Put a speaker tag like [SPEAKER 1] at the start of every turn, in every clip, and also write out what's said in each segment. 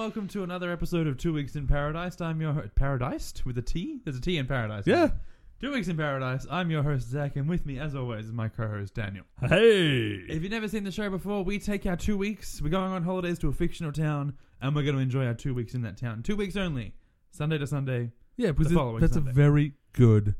[SPEAKER 1] another episode of Two Weeks in Paradise. I'm your ho- Paradise with a T. There's a T in Paradise.
[SPEAKER 2] Yeah.
[SPEAKER 1] Two Weeks in Paradise. I'm your host Zach, and with me, as always, is my co-host Daniel.
[SPEAKER 2] Hey.
[SPEAKER 1] If you've never seen the show before, we take our two weeks. We're going on holidays to a fictional town, and we're going to enjoy our two weeks in that town. Two weeks only, Sunday to Sunday.
[SPEAKER 2] Yeah, because
[SPEAKER 1] The
[SPEAKER 2] it-
[SPEAKER 1] following
[SPEAKER 2] that's
[SPEAKER 1] Sunday.
[SPEAKER 2] a very good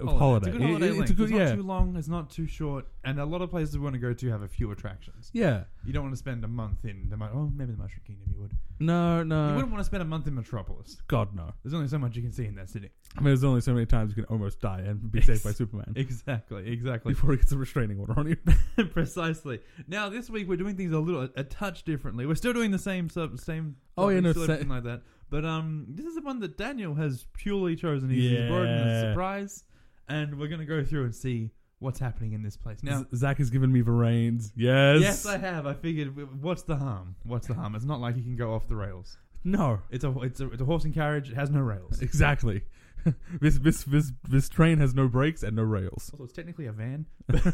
[SPEAKER 2] uh, holiday.
[SPEAKER 1] It's a good holiday.
[SPEAKER 2] It- it-
[SPEAKER 1] length.
[SPEAKER 2] it's a good,
[SPEAKER 1] not
[SPEAKER 2] yeah.
[SPEAKER 1] too long. It's not too short, and a lot of places we want to go to have a few attractions.
[SPEAKER 2] Yeah.
[SPEAKER 1] You don't want to spend a month in the Mu- oh maybe the Mushroom Kingdom. You would.
[SPEAKER 2] No,
[SPEAKER 1] you
[SPEAKER 2] no.
[SPEAKER 1] wouldn't want to spend a month in Metropolis.
[SPEAKER 2] God, no.
[SPEAKER 1] There's only so much you can see in that city.
[SPEAKER 2] I mean, there's only so many times you can almost die and be saved by Superman
[SPEAKER 1] Exactly, exactly.
[SPEAKER 2] before he gets a restraining order on you.
[SPEAKER 1] Precisely. Now this week we're doing things a little, a, touch differently. We're still doing the same sub, same.
[SPEAKER 2] Oh, yeah,
[SPEAKER 1] topics,
[SPEAKER 2] no,
[SPEAKER 1] still
[SPEAKER 2] sa-
[SPEAKER 1] everything like that. But um, this is the one that Daniel has purely chosen. He's he's brought in as a
[SPEAKER 2] Yeah.
[SPEAKER 1] surprise, and we're gonna go through and see what's happening in this place now.
[SPEAKER 2] Z- Zach has given me the reins. Yes.
[SPEAKER 1] Yes, I have. I figured, w- what's the harm? What's the harm? It's not like he can go off the rails.
[SPEAKER 2] no.
[SPEAKER 1] It's a, it's a, it's a horse and carriage. It has no rails.
[SPEAKER 2] Exactly. this this this this train has no brakes and no rails.
[SPEAKER 1] Also, it's technically a van.
[SPEAKER 2] I-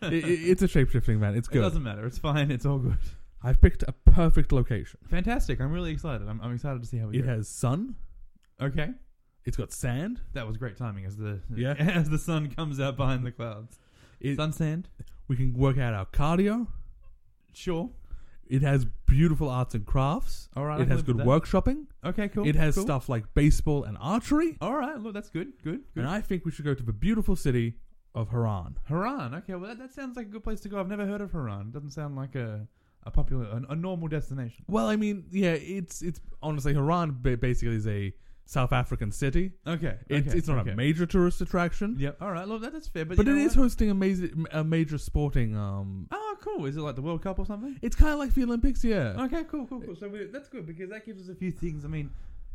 [SPEAKER 2] I- it's a shape shifting man. It's
[SPEAKER 1] It
[SPEAKER 2] good.
[SPEAKER 1] doesn't matter. It's fine. It's all good.
[SPEAKER 2] I've picked a perfect location.
[SPEAKER 1] Fantastic. I'm really excited. I'm, I'm excited to see how we
[SPEAKER 2] It
[SPEAKER 1] go.
[SPEAKER 2] has sun.
[SPEAKER 1] Okay.
[SPEAKER 2] It's got sand.
[SPEAKER 1] That was great timing as the
[SPEAKER 2] Yeah.
[SPEAKER 1] as the sun comes out behind the clouds.
[SPEAKER 2] It,
[SPEAKER 1] sun sand?
[SPEAKER 2] we can work out our cardio.
[SPEAKER 1] Sure.
[SPEAKER 2] It has beautiful arts and crafts.
[SPEAKER 1] All right. I
[SPEAKER 2] It
[SPEAKER 1] can
[SPEAKER 2] has
[SPEAKER 1] live
[SPEAKER 2] good
[SPEAKER 1] with that.
[SPEAKER 2] workshopping.
[SPEAKER 1] Okay, cool.
[SPEAKER 2] it has
[SPEAKER 1] cool.
[SPEAKER 2] stuff like baseball and archery.
[SPEAKER 1] All right. Look, that's good. Good. good.
[SPEAKER 2] And I think we should go to the beautiful city of Haran.
[SPEAKER 1] Haran. Okay. Well, that, that sounds like a good place to go. I've never heard of Haran. Doesn't sound like a a popular a, a normal destination.
[SPEAKER 2] Well, I mean, yeah, it's it's honestly Haran ba- basically is a South African city.
[SPEAKER 1] Okay.
[SPEAKER 2] It's,
[SPEAKER 1] okay,
[SPEAKER 2] it's not
[SPEAKER 1] okay.
[SPEAKER 2] a major tourist attraction,
[SPEAKER 1] Yeah. All right. Look, that, that's fair. But,
[SPEAKER 2] but
[SPEAKER 1] you
[SPEAKER 2] it
[SPEAKER 1] know
[SPEAKER 2] is
[SPEAKER 1] what?
[SPEAKER 2] hosting a major, a major sporting. Um,
[SPEAKER 1] Oh, cool. Is it like the World Cup or something?
[SPEAKER 2] it's kind of like the Olympics, yeah.
[SPEAKER 1] Okay, cool, cool, cool. So we, that's good because that gives us a few things. I mean,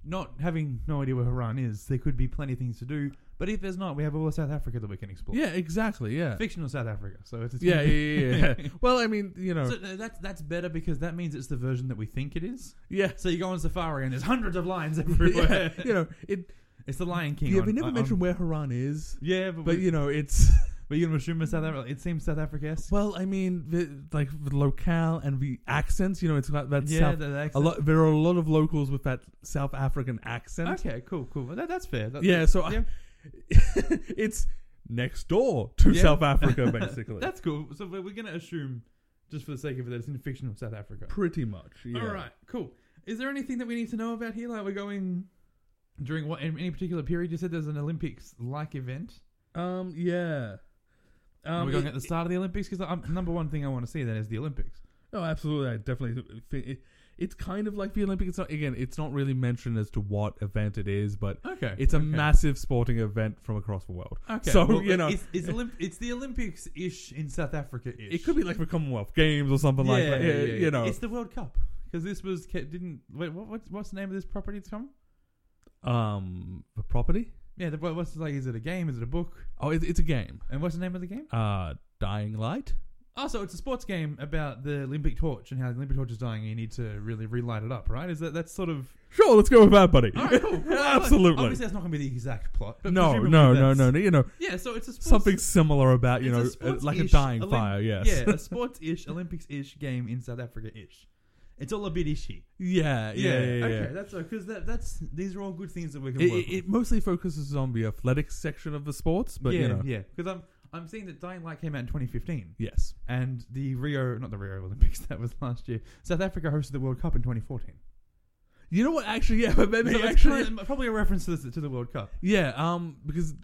[SPEAKER 1] not having no idea where Haran is, there could be plenty of things to do. But if there's not, we have all of South Africa that we can explore.
[SPEAKER 2] Yeah, exactly. Yeah,
[SPEAKER 1] Fictional South Africa. So it's, it's
[SPEAKER 2] yeah, yeah, yeah. yeah. well, I mean, you know,
[SPEAKER 1] So uh, that's that's better because that means it's the version that we think it is.
[SPEAKER 2] yeah,
[SPEAKER 1] So you go on safari and there's hundreds of lions
[SPEAKER 2] yeah,
[SPEAKER 1] everywhere.
[SPEAKER 2] you know, it.
[SPEAKER 1] It's the Lion King.
[SPEAKER 2] Yeah,
[SPEAKER 1] on-
[SPEAKER 2] they never
[SPEAKER 1] on-
[SPEAKER 2] mentioned where Haran is,
[SPEAKER 1] Yeah, but,
[SPEAKER 2] but
[SPEAKER 1] we-
[SPEAKER 2] you know, it's
[SPEAKER 1] but you're gonna assume it's South Africa. It seems South Africa.
[SPEAKER 2] well, I mean, the, like the locale and the accents. You know, it's like that
[SPEAKER 1] yeah,
[SPEAKER 2] South.
[SPEAKER 1] the- the
[SPEAKER 2] a
[SPEAKER 1] accent.
[SPEAKER 2] lot. There are a lot of locals with that South African accent.
[SPEAKER 1] Okay, cool, cool. Well, That, that's fair. That-
[SPEAKER 2] Yeah, so
[SPEAKER 1] Yeah.
[SPEAKER 2] I, it's next door to
[SPEAKER 1] Yeah.
[SPEAKER 2] South Africa, basically.
[SPEAKER 1] that's cool. So we're we're gonna assume, just for the sake of it, that it's in fictional South Africa.
[SPEAKER 2] pretty much. Yeah.
[SPEAKER 1] All right, cool. Is there anything that we need to know about here? Like we're going during what in any particular period? You said there's an Olympics-like event.
[SPEAKER 2] Um. Yeah.
[SPEAKER 1] Are
[SPEAKER 2] Um,
[SPEAKER 1] we going
[SPEAKER 2] it-
[SPEAKER 1] at the start of the Olympics? Because number one thing I want to see then is the Olympics.
[SPEAKER 2] No, absolutely. I definitely think it, it's kind of like the Olympics. It's not again. It's not really mentioned as to what event it is, but
[SPEAKER 1] Okay,
[SPEAKER 2] it's a
[SPEAKER 1] okay.
[SPEAKER 2] massive sporting event from across the world.
[SPEAKER 1] Okay,
[SPEAKER 2] So
[SPEAKER 1] well,
[SPEAKER 2] you know,
[SPEAKER 1] it's, it's, Olymp- it's the Olympics ish in South Africa ish.
[SPEAKER 2] it could be like the Commonwealth Games or something like that. Yeah, You know,
[SPEAKER 1] it's the World Cup because this was ca- didn't wait. What, what's what's the name of this property it's from?
[SPEAKER 2] um, the property.
[SPEAKER 1] Yeah, the, what- what's like? Is it a game? Is it a book?
[SPEAKER 2] Oh, it, it's a game.
[SPEAKER 1] And what's the name of the game?
[SPEAKER 2] Uh, Dying Light.
[SPEAKER 1] Also, it's a sports game about the Olympic torch and how the Olympic torch is dying. and You need to really relight it up, right? Is that that's sort of
[SPEAKER 2] Sure, let's go with that, buddy.
[SPEAKER 1] All right, cool. Well,
[SPEAKER 2] Absolutely.
[SPEAKER 1] Obviously, that's not going to be the exact plot. But
[SPEAKER 2] no,
[SPEAKER 1] presumably
[SPEAKER 2] no, no,
[SPEAKER 1] that's-
[SPEAKER 2] no, no. You know,
[SPEAKER 1] Yeah, so it's a sports,
[SPEAKER 2] something similar about you
[SPEAKER 1] it's
[SPEAKER 2] know,
[SPEAKER 1] a
[SPEAKER 2] uh, like a
[SPEAKER 1] sports-ish
[SPEAKER 2] dying
[SPEAKER 1] Olymp-
[SPEAKER 2] fire. Yes.
[SPEAKER 1] Yeah, a sports-ish, Olympics-ish game in South Africa-ish. It's all a bit ishy.
[SPEAKER 2] yeah, yeah, yeah, yeah, yeah.
[SPEAKER 1] Okay, that's because that, that's these are all good things that we can
[SPEAKER 2] It,
[SPEAKER 1] work
[SPEAKER 2] it, it mostly focuses on the athletics section of the sports, but
[SPEAKER 1] with. yeah,
[SPEAKER 2] you know,
[SPEAKER 1] yeah, because I'm I'm seeing that Dying Light came out in 2015,
[SPEAKER 2] yes,
[SPEAKER 1] and the Rio, not the Rio Olympics, that was last year. South Africa hosted the World Cup in 2014.
[SPEAKER 2] you know what? Actually, yeah, but
[SPEAKER 1] So
[SPEAKER 2] maybe
[SPEAKER 1] it's
[SPEAKER 2] actually,
[SPEAKER 1] kind of- probably a reference to the, to the World Cup.
[SPEAKER 2] yeah, um, because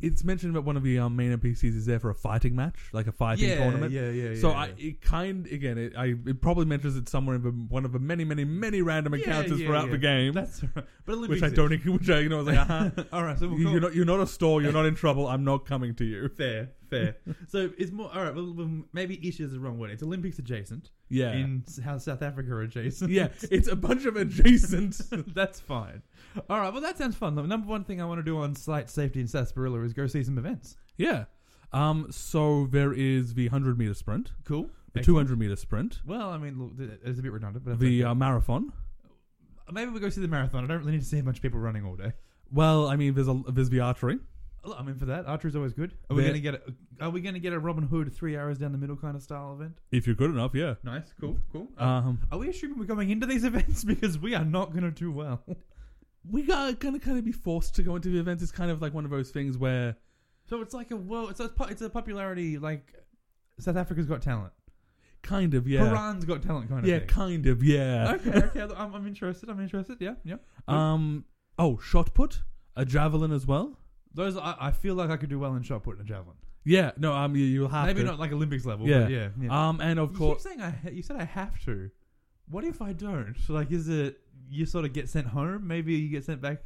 [SPEAKER 2] it's mentioned that one of the um, main NPCs is there for a fighting match, like a fighting
[SPEAKER 1] yeah,
[SPEAKER 2] tournament.
[SPEAKER 1] yeah, yeah, yeah.
[SPEAKER 2] So
[SPEAKER 1] yeah.
[SPEAKER 2] I, it kind again, it, I it probably mentions it somewhere in the, one of the many, many, many random
[SPEAKER 1] Yeah,
[SPEAKER 2] encounters
[SPEAKER 1] yeah,
[SPEAKER 2] throughout
[SPEAKER 1] yeah.
[SPEAKER 2] the game,
[SPEAKER 1] that's all right. but Olympics
[SPEAKER 2] which I don't, which I you know, I was like, uh-huh.
[SPEAKER 1] All right, so we'll
[SPEAKER 2] you're
[SPEAKER 1] call-
[SPEAKER 2] not, you're not a store, you're not in trouble. I'm not coming to you.
[SPEAKER 1] fair, fair. so it's more all right. Well, well, maybe ish is the wrong word. It's Olympics adjacent
[SPEAKER 2] Yeah,
[SPEAKER 1] in s- how South Africa are adjacent.
[SPEAKER 2] yeah, it's a bunch of adjacent.
[SPEAKER 1] That's fine. All right. Well, that sounds fun. The number one thing I want to do on site safety in Sarsaparilla is go see some events.
[SPEAKER 2] yeah, um, so there is the hundred meter sprint.
[SPEAKER 1] Cool.
[SPEAKER 2] the
[SPEAKER 1] Excellent.
[SPEAKER 2] 200 meter sprint,
[SPEAKER 1] Well, I mean, look, th- it's a bit redundant, but that's
[SPEAKER 2] the
[SPEAKER 1] okay.
[SPEAKER 2] uh, marathon.
[SPEAKER 1] maybe we go see the marathon. I don't really need to see a bunch of people running all day.
[SPEAKER 2] Well, I mean, there's a there's the archery.
[SPEAKER 1] Look, I'm in for that. Archery's always good. Are we
[SPEAKER 2] There-
[SPEAKER 1] gonna get a? Are we gonna get a Robin Hood three arrows down the middle kind of style event?
[SPEAKER 2] If you're good enough, yeah.
[SPEAKER 1] Nice, cool, cool.
[SPEAKER 2] Um,
[SPEAKER 1] are we assuming we're going into these events because we are not gonna do well?
[SPEAKER 2] we are gonna kind of be forced to go into the events. It's kind of like one of those things where
[SPEAKER 1] So it's like a world. It's a, po- it's a popularity like South Africa's Got Talent.
[SPEAKER 2] kind of yeah,
[SPEAKER 1] Iran's Got Talent kind of
[SPEAKER 2] yeah,
[SPEAKER 1] thing.
[SPEAKER 2] kind of yeah.
[SPEAKER 1] okay, okay. I'm, I'm interested. I'm interested. Yeah, yeah.
[SPEAKER 2] Um, oh, shot put, a javelin as well.
[SPEAKER 1] Those I, I feel like I could do well in shot put and a javelin.
[SPEAKER 2] Yeah, no, um, you, you'll have
[SPEAKER 1] Maybe
[SPEAKER 2] to.
[SPEAKER 1] not like Olympics level.
[SPEAKER 2] Yeah.
[SPEAKER 1] but yeah. yeah.
[SPEAKER 2] Um, and of
[SPEAKER 1] you
[SPEAKER 2] course,
[SPEAKER 1] keep saying I. ha- You said I have to. What if I don't? So like, is it you sort of get sent home? Maybe you get sent back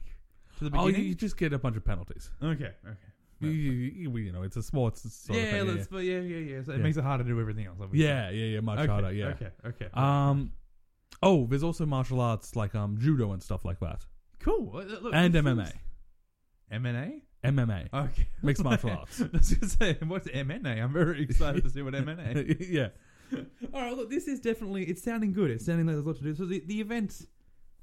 [SPEAKER 1] to the
[SPEAKER 2] oh, you, you
[SPEAKER 1] beginning.
[SPEAKER 2] just get a bunch of penalties.
[SPEAKER 1] okay, okay.
[SPEAKER 2] You, you, you- you know, it's a sports sort
[SPEAKER 1] yeah,
[SPEAKER 2] of thing.
[SPEAKER 1] let's. But yeah, yeah, yeah. So it
[SPEAKER 2] Yeah.
[SPEAKER 1] makes it harder to do everything else. Obviously.
[SPEAKER 2] yeah, yeah, yeah, yeah, much
[SPEAKER 1] Okay,
[SPEAKER 2] harder. Yeah.
[SPEAKER 1] Okay. Okay.
[SPEAKER 2] Um, oh, there's also martial arts like um judo and stuff like that,
[SPEAKER 1] cool. Uh, Look,
[SPEAKER 2] and
[SPEAKER 1] this
[SPEAKER 2] MMA,
[SPEAKER 1] seems- MNA.
[SPEAKER 2] MMA,
[SPEAKER 1] Okay.
[SPEAKER 2] mixed martial arts.
[SPEAKER 1] Let's just say what's MNA. I'm very excited to see what MNA.
[SPEAKER 2] yeah,
[SPEAKER 1] All right, look, this is definitely it's sounding good. It's sounding like there's a lot to do. So the, the event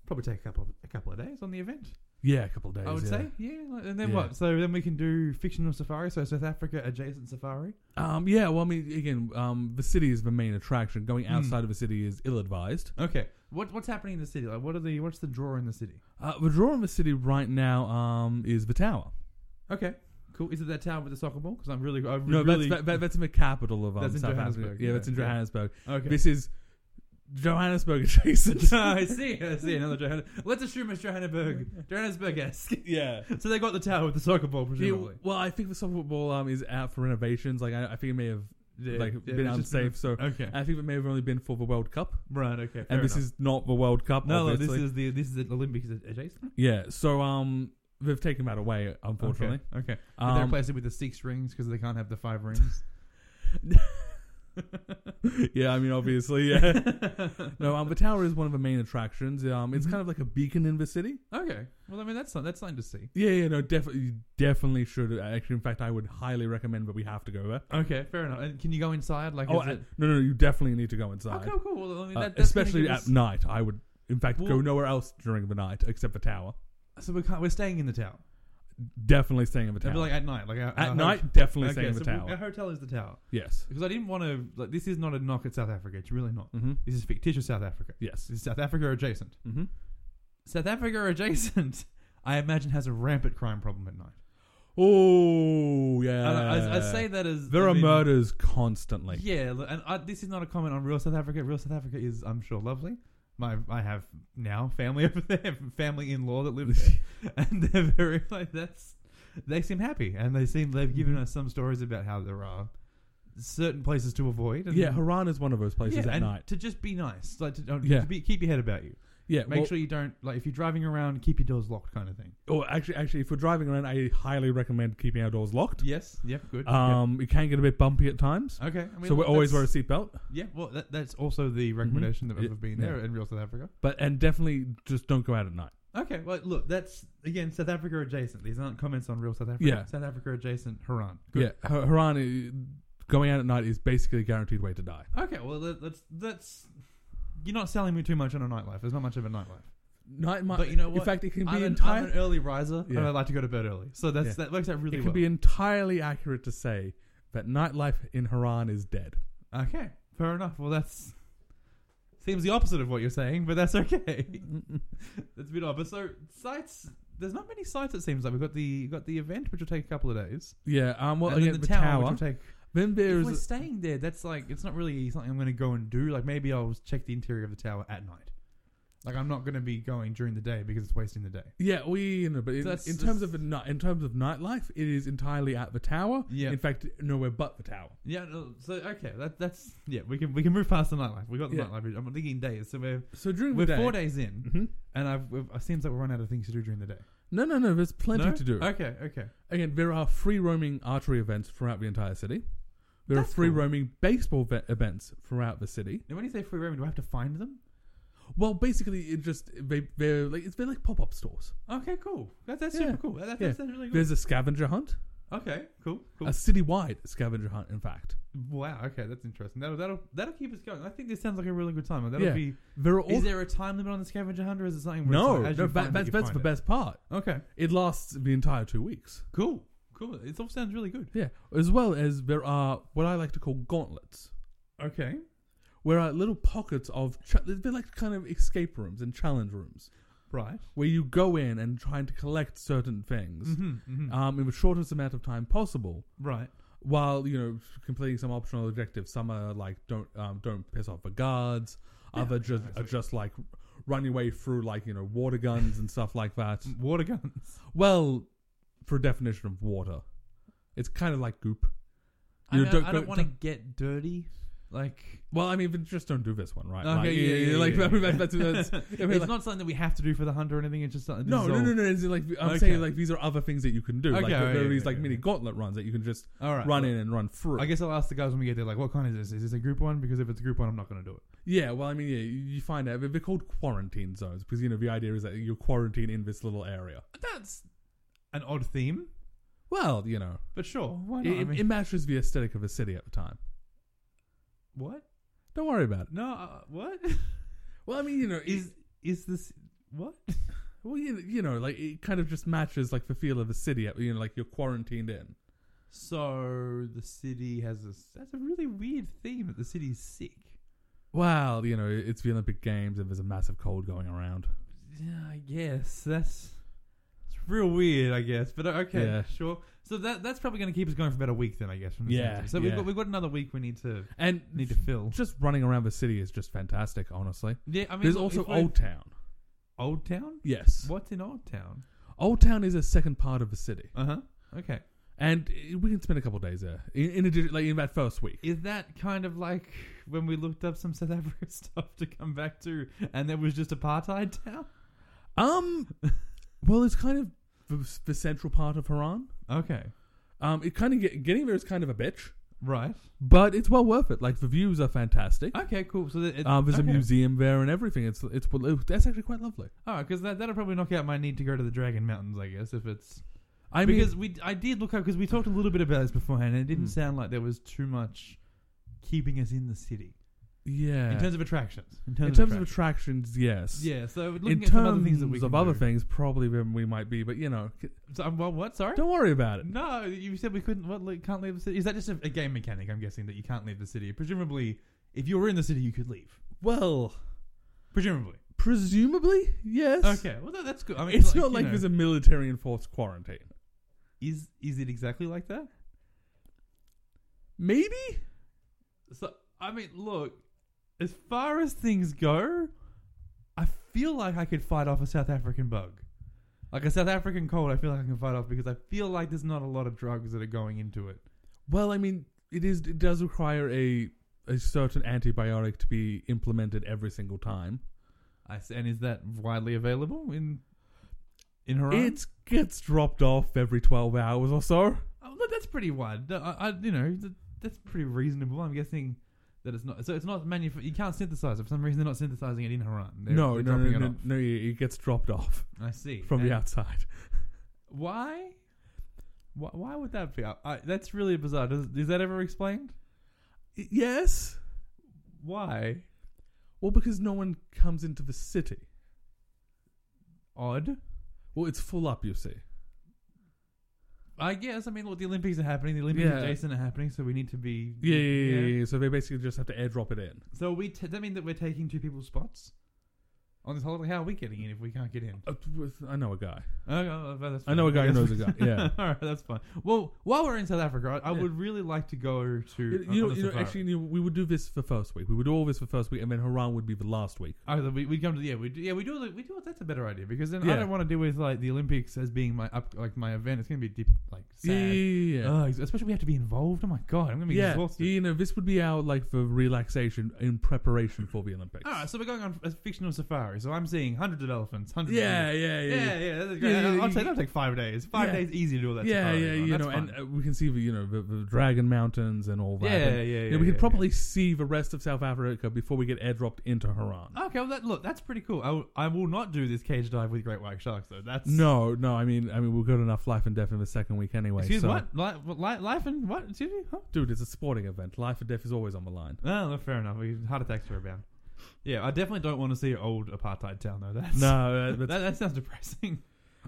[SPEAKER 1] probably take a couple a couple of days on the event.
[SPEAKER 2] yeah, a couple of days.
[SPEAKER 1] I would
[SPEAKER 2] yeah.
[SPEAKER 1] say, yeah. like- And then
[SPEAKER 2] Yeah.
[SPEAKER 1] what? So then we can do fictional safari. So South Africa adjacent safari.
[SPEAKER 2] Um, yeah, well, I mean, again, um, the city is the main attraction. Going
[SPEAKER 1] Mm.
[SPEAKER 2] outside of the city is ill-advised.
[SPEAKER 1] Okay. What what's happening in the city? Like, what are the what's the draw in the city?
[SPEAKER 2] Uh, the draw in the city right now um, is the tower.
[SPEAKER 1] Okay, cool. Is it that tower with the soccer ball? Because I'm really, I'm
[SPEAKER 2] No,
[SPEAKER 1] really
[SPEAKER 2] that's, that, that, that's in the capital of um,
[SPEAKER 1] That's in
[SPEAKER 2] South
[SPEAKER 1] Johannesburg,
[SPEAKER 2] Africa. Yeah,
[SPEAKER 1] yeah,
[SPEAKER 2] that's in
[SPEAKER 1] yeah.
[SPEAKER 2] Johannesburg.
[SPEAKER 1] okay.
[SPEAKER 2] This is Johannesburg adjacent.
[SPEAKER 1] I see. I see another Johannesburg. Let's assume it's Johannesburg, Johannesburg-esque.
[SPEAKER 2] yeah.
[SPEAKER 1] So they got the tower with the soccer ball,
[SPEAKER 2] Yeah,
[SPEAKER 1] presumably.
[SPEAKER 2] well, I think the soccer ball um, is out for renovations. Like, I, I think it may have
[SPEAKER 1] Yeah,
[SPEAKER 2] like
[SPEAKER 1] yeah,
[SPEAKER 2] been
[SPEAKER 1] it's just
[SPEAKER 2] unsafe. So,
[SPEAKER 1] Okay.
[SPEAKER 2] I think it may have only been for the World Cup.
[SPEAKER 1] Right. Okay. fair
[SPEAKER 2] and this
[SPEAKER 1] enough.
[SPEAKER 2] is not the World Cup.
[SPEAKER 1] No, no, this
[SPEAKER 2] obviously.
[SPEAKER 1] is the this is the Olympics adjacent.
[SPEAKER 2] yeah. So, um, they've taken that away, unfortunately.
[SPEAKER 1] Okay. okay. Did they
[SPEAKER 2] Um,
[SPEAKER 1] replace it with the six rings because they can't have the five rings?
[SPEAKER 2] yeah, I mean, obviously, yeah. no, um, the tower is one of the main attractions. Um,
[SPEAKER 1] Mm-hmm.
[SPEAKER 2] it's kind of like a beacon in the city.
[SPEAKER 1] okay. Well, I mean that's not, that's something to see.
[SPEAKER 2] Yeah, yeah, no, definitely, definitely should. uh, Actually, in fact, I would highly recommend that we have to go there.
[SPEAKER 1] Okay, fair enough. And can you go inside? Like,
[SPEAKER 2] Oh,
[SPEAKER 1] is
[SPEAKER 2] uh,
[SPEAKER 1] it,
[SPEAKER 2] no, no, you definitely need to go inside,
[SPEAKER 1] okay, cool. Well, I mean,
[SPEAKER 2] Uh,
[SPEAKER 1] that, that's gonna
[SPEAKER 2] especially
[SPEAKER 1] give
[SPEAKER 2] at
[SPEAKER 1] us-
[SPEAKER 2] night. I would, in fact, go
[SPEAKER 1] Well-
[SPEAKER 2] nowhere else during the night except the tower.
[SPEAKER 1] so we can't, we're staying in the tower.
[SPEAKER 2] Definitely staying in the
[SPEAKER 1] It'd
[SPEAKER 2] tower
[SPEAKER 1] be like at night, like our,
[SPEAKER 2] at
[SPEAKER 1] our
[SPEAKER 2] night.
[SPEAKER 1] hotel-
[SPEAKER 2] Definitely
[SPEAKER 1] okay,
[SPEAKER 2] staying in the
[SPEAKER 1] so we-
[SPEAKER 2] tower.
[SPEAKER 1] Our hotel is the tower
[SPEAKER 2] yes.
[SPEAKER 1] because I didn't want to. Like, this is not a knock at South Africa. It's really not.
[SPEAKER 2] Mm-hmm.
[SPEAKER 1] This is fictitious South Africa.
[SPEAKER 2] Yes.
[SPEAKER 1] This is South Africa adjacent.
[SPEAKER 2] Mm-hmm.
[SPEAKER 1] South Africa adjacent. I imagine has a rampant crime problem at night.
[SPEAKER 2] Oh yeah.
[SPEAKER 1] And I, I, I say that as
[SPEAKER 2] there
[SPEAKER 1] I
[SPEAKER 2] are
[SPEAKER 1] mean,
[SPEAKER 2] murders constantly.
[SPEAKER 1] Yeah, l- and I, this is not a comment on real South Africa. Real South Africa is, I'm sure, lovely. My I have now family over there, family in law that live there, and they're very like that's. They seem happy, and they seem they've given us some stories about how there are certain places to avoid. And
[SPEAKER 2] Yeah, Haran is one of those places
[SPEAKER 1] Yeah,
[SPEAKER 2] at
[SPEAKER 1] and
[SPEAKER 2] night.
[SPEAKER 1] to just be nice, like to, don't,
[SPEAKER 2] Yeah.
[SPEAKER 1] to be, keep your head about you.
[SPEAKER 2] Yeah,
[SPEAKER 1] Make
[SPEAKER 2] well-
[SPEAKER 1] sure you don't like if you're driving around, keep your doors locked, kind of thing.
[SPEAKER 2] Or actually, actually, if we're driving around, I highly recommend keeping our doors locked.
[SPEAKER 1] Yes, yep, good.
[SPEAKER 2] Um, it can get a bit bumpy at times,
[SPEAKER 1] yep. okay. I mean,
[SPEAKER 2] so we
[SPEAKER 1] look,
[SPEAKER 2] always wear a
[SPEAKER 1] that's-
[SPEAKER 2] seatbelt.
[SPEAKER 1] yeah. Well, that, that's also the recommendation that
[SPEAKER 2] Yeah,
[SPEAKER 1] I've ever been
[SPEAKER 2] yeah.
[SPEAKER 1] there in real South Africa.
[SPEAKER 2] But and definitely just don't go out at night.
[SPEAKER 1] Okay, well, look, that's again South Africa adjacent. These aren't comments on real South Africa.
[SPEAKER 2] Yeah.
[SPEAKER 1] South Africa adjacent, Haran.
[SPEAKER 2] Yeah, Har- Haran, uh, going out at night is basically a guaranteed way to die.
[SPEAKER 1] Okay, well, that, that's that's you're not selling me too much on a nightlife. There's not much of a nightlife.
[SPEAKER 2] Night, mi-
[SPEAKER 1] But you know
[SPEAKER 2] In
[SPEAKER 1] what?
[SPEAKER 2] fact, it can
[SPEAKER 1] I'm,
[SPEAKER 2] be
[SPEAKER 1] an, I'm
[SPEAKER 2] entirely
[SPEAKER 1] an early riser, and
[SPEAKER 2] Yeah.
[SPEAKER 1] I like to go to bed early, so that's
[SPEAKER 2] Yeah.
[SPEAKER 1] that works out really
[SPEAKER 2] it can
[SPEAKER 1] well.
[SPEAKER 2] be entirely accurate to say that nightlife in Haran is dead.
[SPEAKER 1] okay, fair enough. Well, that's seems the opposite of what you're saying, but that's okay. that's a bit odd. But so sites, there's not many sites. It seems like we've got the you've got the event, which will take a couple of days.
[SPEAKER 2] Yeah. Um. Well,
[SPEAKER 1] and
[SPEAKER 2] again,
[SPEAKER 1] then
[SPEAKER 2] the,
[SPEAKER 1] the,
[SPEAKER 2] tower.
[SPEAKER 1] which will take
[SPEAKER 2] then there
[SPEAKER 1] if we're
[SPEAKER 2] is.
[SPEAKER 1] staying there, that's like it's not really something I'm going to go and do. Like maybe I'll check the interior of the tower at night. Like I'm not going to be going during the day because it's wasting the day.
[SPEAKER 2] Yeah, we you know, but in,
[SPEAKER 1] That's-
[SPEAKER 2] in terms of the night, in terms of nightlife, it is entirely at the tower.
[SPEAKER 1] Yeah.
[SPEAKER 2] In fact, nowhere but the tower.
[SPEAKER 1] Yeah. no, So okay, that that's yeah. We can we can move past the nightlife. We got the
[SPEAKER 2] Yeah.
[SPEAKER 1] nightlife. I'm thinking days. So we're
[SPEAKER 2] So during
[SPEAKER 1] we're
[SPEAKER 2] the day,
[SPEAKER 1] four days in,
[SPEAKER 2] Mhm.
[SPEAKER 1] and I've we've, it seems like we're running out of things to do during the day.
[SPEAKER 2] No, no, no. There's plenty
[SPEAKER 1] No?
[SPEAKER 2] to do.
[SPEAKER 1] Okay. Okay.
[SPEAKER 2] Again, there are free roaming archery events throughout the entire city. There
[SPEAKER 1] That's
[SPEAKER 2] are free
[SPEAKER 1] cool.
[SPEAKER 2] roaming baseball ve- events throughout the city.
[SPEAKER 1] Now, when you say free roaming, do I have to find them?
[SPEAKER 2] Well, basically, it just they they're like it's they're like pop up stores.
[SPEAKER 1] Okay. Cool. That, that's
[SPEAKER 2] Yeah.
[SPEAKER 1] super cool. That, that,
[SPEAKER 2] Yeah.
[SPEAKER 1] that sounds really good.
[SPEAKER 2] There's a scavenger hunt,
[SPEAKER 1] Okay. Cool. Cool.
[SPEAKER 2] a citywide scavenger hunt. In fact,
[SPEAKER 1] wow. Okay. That's interesting. That'll that'll that'll keep us going. I think this sounds like a really good time. That'll
[SPEAKER 2] Yeah.
[SPEAKER 1] be.
[SPEAKER 2] there are
[SPEAKER 1] Is
[SPEAKER 2] all
[SPEAKER 1] there a time limit on the scavenger hunt, or is it something? Where
[SPEAKER 2] no,
[SPEAKER 1] it's like, as
[SPEAKER 2] no
[SPEAKER 1] you
[SPEAKER 2] that,
[SPEAKER 1] find it,
[SPEAKER 2] that's
[SPEAKER 1] you
[SPEAKER 2] that's
[SPEAKER 1] find
[SPEAKER 2] the
[SPEAKER 1] it?
[SPEAKER 2] best part.
[SPEAKER 1] Okay,
[SPEAKER 2] It lasts the entire two weeks.
[SPEAKER 1] cool, Cool. It all sounds really good.
[SPEAKER 2] Yeah, as well as there are what I like to call gauntlets,
[SPEAKER 1] Okay.
[SPEAKER 2] where are little pockets of cha- they're like kind of escape rooms and challenge rooms
[SPEAKER 1] Right.
[SPEAKER 2] where you go in and trying to collect certain things
[SPEAKER 1] Mm-hmm, mm-hmm.
[SPEAKER 2] um, in the shortest amount of time possible.
[SPEAKER 1] right.
[SPEAKER 2] While you know completing some optional objectives, some are like don't um, don't piss off the guards.
[SPEAKER 1] Yeah,
[SPEAKER 2] Other just
[SPEAKER 1] I see.
[SPEAKER 2] are just like run your way through like you know water guns and stuff like that.
[SPEAKER 1] Water guns.
[SPEAKER 2] Well, for definition of water, it's kind of like goop.
[SPEAKER 1] I
[SPEAKER 2] You
[SPEAKER 1] don't,
[SPEAKER 2] don't
[SPEAKER 1] I
[SPEAKER 2] go-
[SPEAKER 1] don't want to get dirty. Like,
[SPEAKER 2] Well, I mean, but just don't do this one, right?
[SPEAKER 1] Okay,
[SPEAKER 2] Like,
[SPEAKER 1] yeah, yeah, yeah,
[SPEAKER 2] like
[SPEAKER 1] yeah.
[SPEAKER 2] that's, that's, that's- I mean,
[SPEAKER 1] it's
[SPEAKER 2] like-
[SPEAKER 1] not something that we have to do for the hunter or anything. It's just something.
[SPEAKER 2] no, no, no, no. It's like I'm
[SPEAKER 1] Okay.
[SPEAKER 2] saying, like these are other things that you can do. like
[SPEAKER 1] Okay,
[SPEAKER 2] there,
[SPEAKER 1] yeah,
[SPEAKER 2] there are
[SPEAKER 1] yeah,
[SPEAKER 2] these
[SPEAKER 1] yeah,
[SPEAKER 2] like
[SPEAKER 1] yeah.
[SPEAKER 2] mini gauntlet runs that you can just
[SPEAKER 1] All right.
[SPEAKER 2] run
[SPEAKER 1] well,
[SPEAKER 2] in and run through.
[SPEAKER 1] I guess I'll ask the guys when we get there. Like, what kind is this? Is this a group one? Because if it's a group one, I'm not going to do it.
[SPEAKER 2] Yeah, well, I mean, yeah, you you find out they're called quarantine zones because you know the idea is that you're quarantined in this little area.
[SPEAKER 1] That's an odd theme,
[SPEAKER 2] Well, you know,
[SPEAKER 1] but sure. Why
[SPEAKER 2] it,
[SPEAKER 1] not? I
[SPEAKER 2] it-
[SPEAKER 1] mean,
[SPEAKER 2] it matches the aesthetic of the city at the time.
[SPEAKER 1] what?
[SPEAKER 2] Don't worry about it.
[SPEAKER 1] No. Uh, what
[SPEAKER 2] Well, I mean, you know, is
[SPEAKER 1] is is this? What?
[SPEAKER 2] well, you, you know, like it kind of just matches like the feel of the city. At, you know, like you're quarantined in.
[SPEAKER 1] So the city has a that's a really weird theme that the city's sick.
[SPEAKER 2] Well, you know, it's the Olympic Games and there's a massive cold going around.
[SPEAKER 1] Yeah, I guess that's it's real weird. I guess, but uh, okay,
[SPEAKER 2] Yeah.
[SPEAKER 1] sure. So that that's probably going to keep us going for about a week then. I guess. From this
[SPEAKER 2] Yeah,
[SPEAKER 1] answer. So
[SPEAKER 2] yeah.
[SPEAKER 1] we've got we've got another week we need to
[SPEAKER 2] And
[SPEAKER 1] need to fill.
[SPEAKER 2] just running around the city is just fantastic, honestly.
[SPEAKER 1] Yeah, I mean,
[SPEAKER 2] There's
[SPEAKER 1] look,
[SPEAKER 2] also
[SPEAKER 1] if we're-
[SPEAKER 2] Old Town.
[SPEAKER 1] Old Town.
[SPEAKER 2] Yes.
[SPEAKER 1] What's in Old Town?
[SPEAKER 2] Old Town is a second part of the city.
[SPEAKER 1] Uh huh. Okay.
[SPEAKER 2] And uh, we can spend a couple days there. In, in, addition, like in that first week.
[SPEAKER 1] Is that kind of like when we looked up some South Africa stuff to come back to, and there was just apartheid town?
[SPEAKER 2] Um, well, it's kind of the, the central part of Haran.
[SPEAKER 1] Okay.
[SPEAKER 2] Um, it kind of get, getting there is kind of a bitch,
[SPEAKER 1] Right.
[SPEAKER 2] but it's well worth it. Like the views are fantastic.
[SPEAKER 1] Okay. Cool. So that it,
[SPEAKER 2] Um, there's
[SPEAKER 1] okay.
[SPEAKER 2] a museum there and everything. It's it's that's actually quite lovely.
[SPEAKER 1] Oh, because that that'll probably knock out my need to go to the Dragon Mountains, I guess. If it's
[SPEAKER 2] I mean,
[SPEAKER 1] because we I did look up because we talked a little bit about this beforehand, and it didn't
[SPEAKER 2] Hmm.
[SPEAKER 1] sound like there was too much keeping us in the city
[SPEAKER 2] yeah.
[SPEAKER 1] in terms of attractions. In terms,
[SPEAKER 2] In terms
[SPEAKER 1] of
[SPEAKER 2] of
[SPEAKER 1] attractions,
[SPEAKER 2] attractions, yes.
[SPEAKER 1] yeah. So looking
[SPEAKER 2] In
[SPEAKER 1] at some other things
[SPEAKER 2] terms
[SPEAKER 1] that we
[SPEAKER 2] of
[SPEAKER 1] can
[SPEAKER 2] other
[SPEAKER 1] do.
[SPEAKER 2] things, probably where we might be, but you know, c-
[SPEAKER 1] So, um, well, what? Sorry.
[SPEAKER 2] don't worry about it.
[SPEAKER 1] No, you said we couldn't. What? Like, can't leave the city? Is that just a, a game mechanic? I'm guessing that you can't leave the city. Presumably, if you were in the city, you could leave.
[SPEAKER 2] Well,
[SPEAKER 1] Presumably.
[SPEAKER 2] presumably, yes.
[SPEAKER 1] Okay. Well, no, that's good. I mean,
[SPEAKER 2] it's not like
[SPEAKER 1] you know,
[SPEAKER 2] there's a military enforced quarantine.
[SPEAKER 1] is is it exactly like that?
[SPEAKER 2] Maybe?
[SPEAKER 1] So I mean, look, as far as things go, I feel like I could fight off a South African bug, like a South African cold. I feel like I can fight off because I feel like there's not a lot of drugs that are going into it.
[SPEAKER 2] Well, I mean, it is. It does require a a certain antibiotic to be implemented every single time.
[SPEAKER 1] I s- and is that widely available in in Haran?
[SPEAKER 2] It gets dropped off every twelve hours or so.
[SPEAKER 1] Oh, look, that's pretty wide. No, I, I you know th- that's pretty reasonable. I'm guessing that it's not. So it's not manuf- You can't synthesize it for some reason. They're not synthesizing it in Haran. They're,
[SPEAKER 2] no,
[SPEAKER 1] they're
[SPEAKER 2] no,
[SPEAKER 1] dropping
[SPEAKER 2] no,
[SPEAKER 1] it
[SPEAKER 2] no,
[SPEAKER 1] off.
[SPEAKER 2] no, yeah, It gets dropped off
[SPEAKER 1] I see
[SPEAKER 2] from
[SPEAKER 1] And-
[SPEAKER 2] the outside.
[SPEAKER 1] Why? Why, why would that be? I, I, that's really bizarre. Does, is that ever explained?
[SPEAKER 2] Yes.
[SPEAKER 1] Why?
[SPEAKER 2] Well, because no one comes into the city.
[SPEAKER 1] Odd.
[SPEAKER 2] Well, it's full up, you see.
[SPEAKER 1] I guess. I mean, look, the Olympics are happening. The Olympics
[SPEAKER 2] Yeah.
[SPEAKER 1] adjacent are happening, so we need to be.
[SPEAKER 2] Yeah, yeah, yeah, yeah, yeah. So they basically just have to airdrop it in.
[SPEAKER 1] So we. T- that mean that we're taking two people's spots on this holiday. How are we getting in if we can't get in?
[SPEAKER 2] Uh, with- I know a guy.
[SPEAKER 1] Oh, oh, oh, that's
[SPEAKER 2] I know a
[SPEAKER 1] fine.
[SPEAKER 2] guy who
[SPEAKER 1] guess-
[SPEAKER 2] knows a guy. Yeah.
[SPEAKER 1] All right, that's fine. Well, while we're in South Africa, I, I
[SPEAKER 2] Yeah.
[SPEAKER 1] would really like to go to.
[SPEAKER 2] You,
[SPEAKER 1] on-
[SPEAKER 2] you
[SPEAKER 1] on
[SPEAKER 2] know,
[SPEAKER 1] a
[SPEAKER 2] you know,
[SPEAKER 1] safari.
[SPEAKER 2] actually, you know, we would do this for first week. We would do all this for first week, and then Haran would be the last week.
[SPEAKER 1] Oh, then we we come to yeah we do, yeah we do the- we do that's a better idea because then
[SPEAKER 2] Yeah.
[SPEAKER 1] I don't want to deal with like the Olympics as being my up like my event. It's gonna be deep like sad.
[SPEAKER 2] Yeah, yeah, yeah.
[SPEAKER 1] Ugh, especially we have to be involved. Oh my god, I'm gonna be
[SPEAKER 2] yeah,
[SPEAKER 1] exhausted.
[SPEAKER 2] you know, this would be our like the relaxation in preparation for the Olympics.
[SPEAKER 1] All right, so we're going on a fictional safari. So I'm seeing hundreds of elephants, hundreds.
[SPEAKER 2] yeah,
[SPEAKER 1] of
[SPEAKER 2] yeah, yeah,
[SPEAKER 1] yeah, yeah,
[SPEAKER 2] yeah,
[SPEAKER 1] yeah. That's great.
[SPEAKER 2] Yeah, yeah,
[SPEAKER 1] I'll
[SPEAKER 2] yeah.
[SPEAKER 1] say that'll take five days. Five
[SPEAKER 2] Yeah.
[SPEAKER 1] days easy to do all that.
[SPEAKER 2] yeah,
[SPEAKER 1] safari
[SPEAKER 2] yeah.
[SPEAKER 1] run.
[SPEAKER 2] You
[SPEAKER 1] That's
[SPEAKER 2] know,
[SPEAKER 1] fun.
[SPEAKER 2] and uh, we can see the you know the, the Dragon Mountains and all that.
[SPEAKER 1] yeah,
[SPEAKER 2] and,
[SPEAKER 1] yeah, yeah,
[SPEAKER 2] you know, we
[SPEAKER 1] yeah,
[SPEAKER 2] could
[SPEAKER 1] yeah.
[SPEAKER 2] probably see the rest of South Africa before we get airdropped into Haran.
[SPEAKER 1] Okay, well, that, look, that's pretty cool. I will, I will not do this cage dive with great white sharks though. That's
[SPEAKER 2] No, no. I mean, I mean, we've got enough life and death in the second week anyway.
[SPEAKER 1] Excuse
[SPEAKER 2] so.
[SPEAKER 1] me, what? Li- what? li- Life and what? Excuse me. Huh?
[SPEAKER 2] dude? It's a sporting event. Life and death is always on the line.
[SPEAKER 1] Oh, no, fair enough. We- Heart attacks are abound. Yeah, I definitely don't want to see old apartheid town though. That's,
[SPEAKER 2] No, uh, that's
[SPEAKER 1] that, that sounds depressing.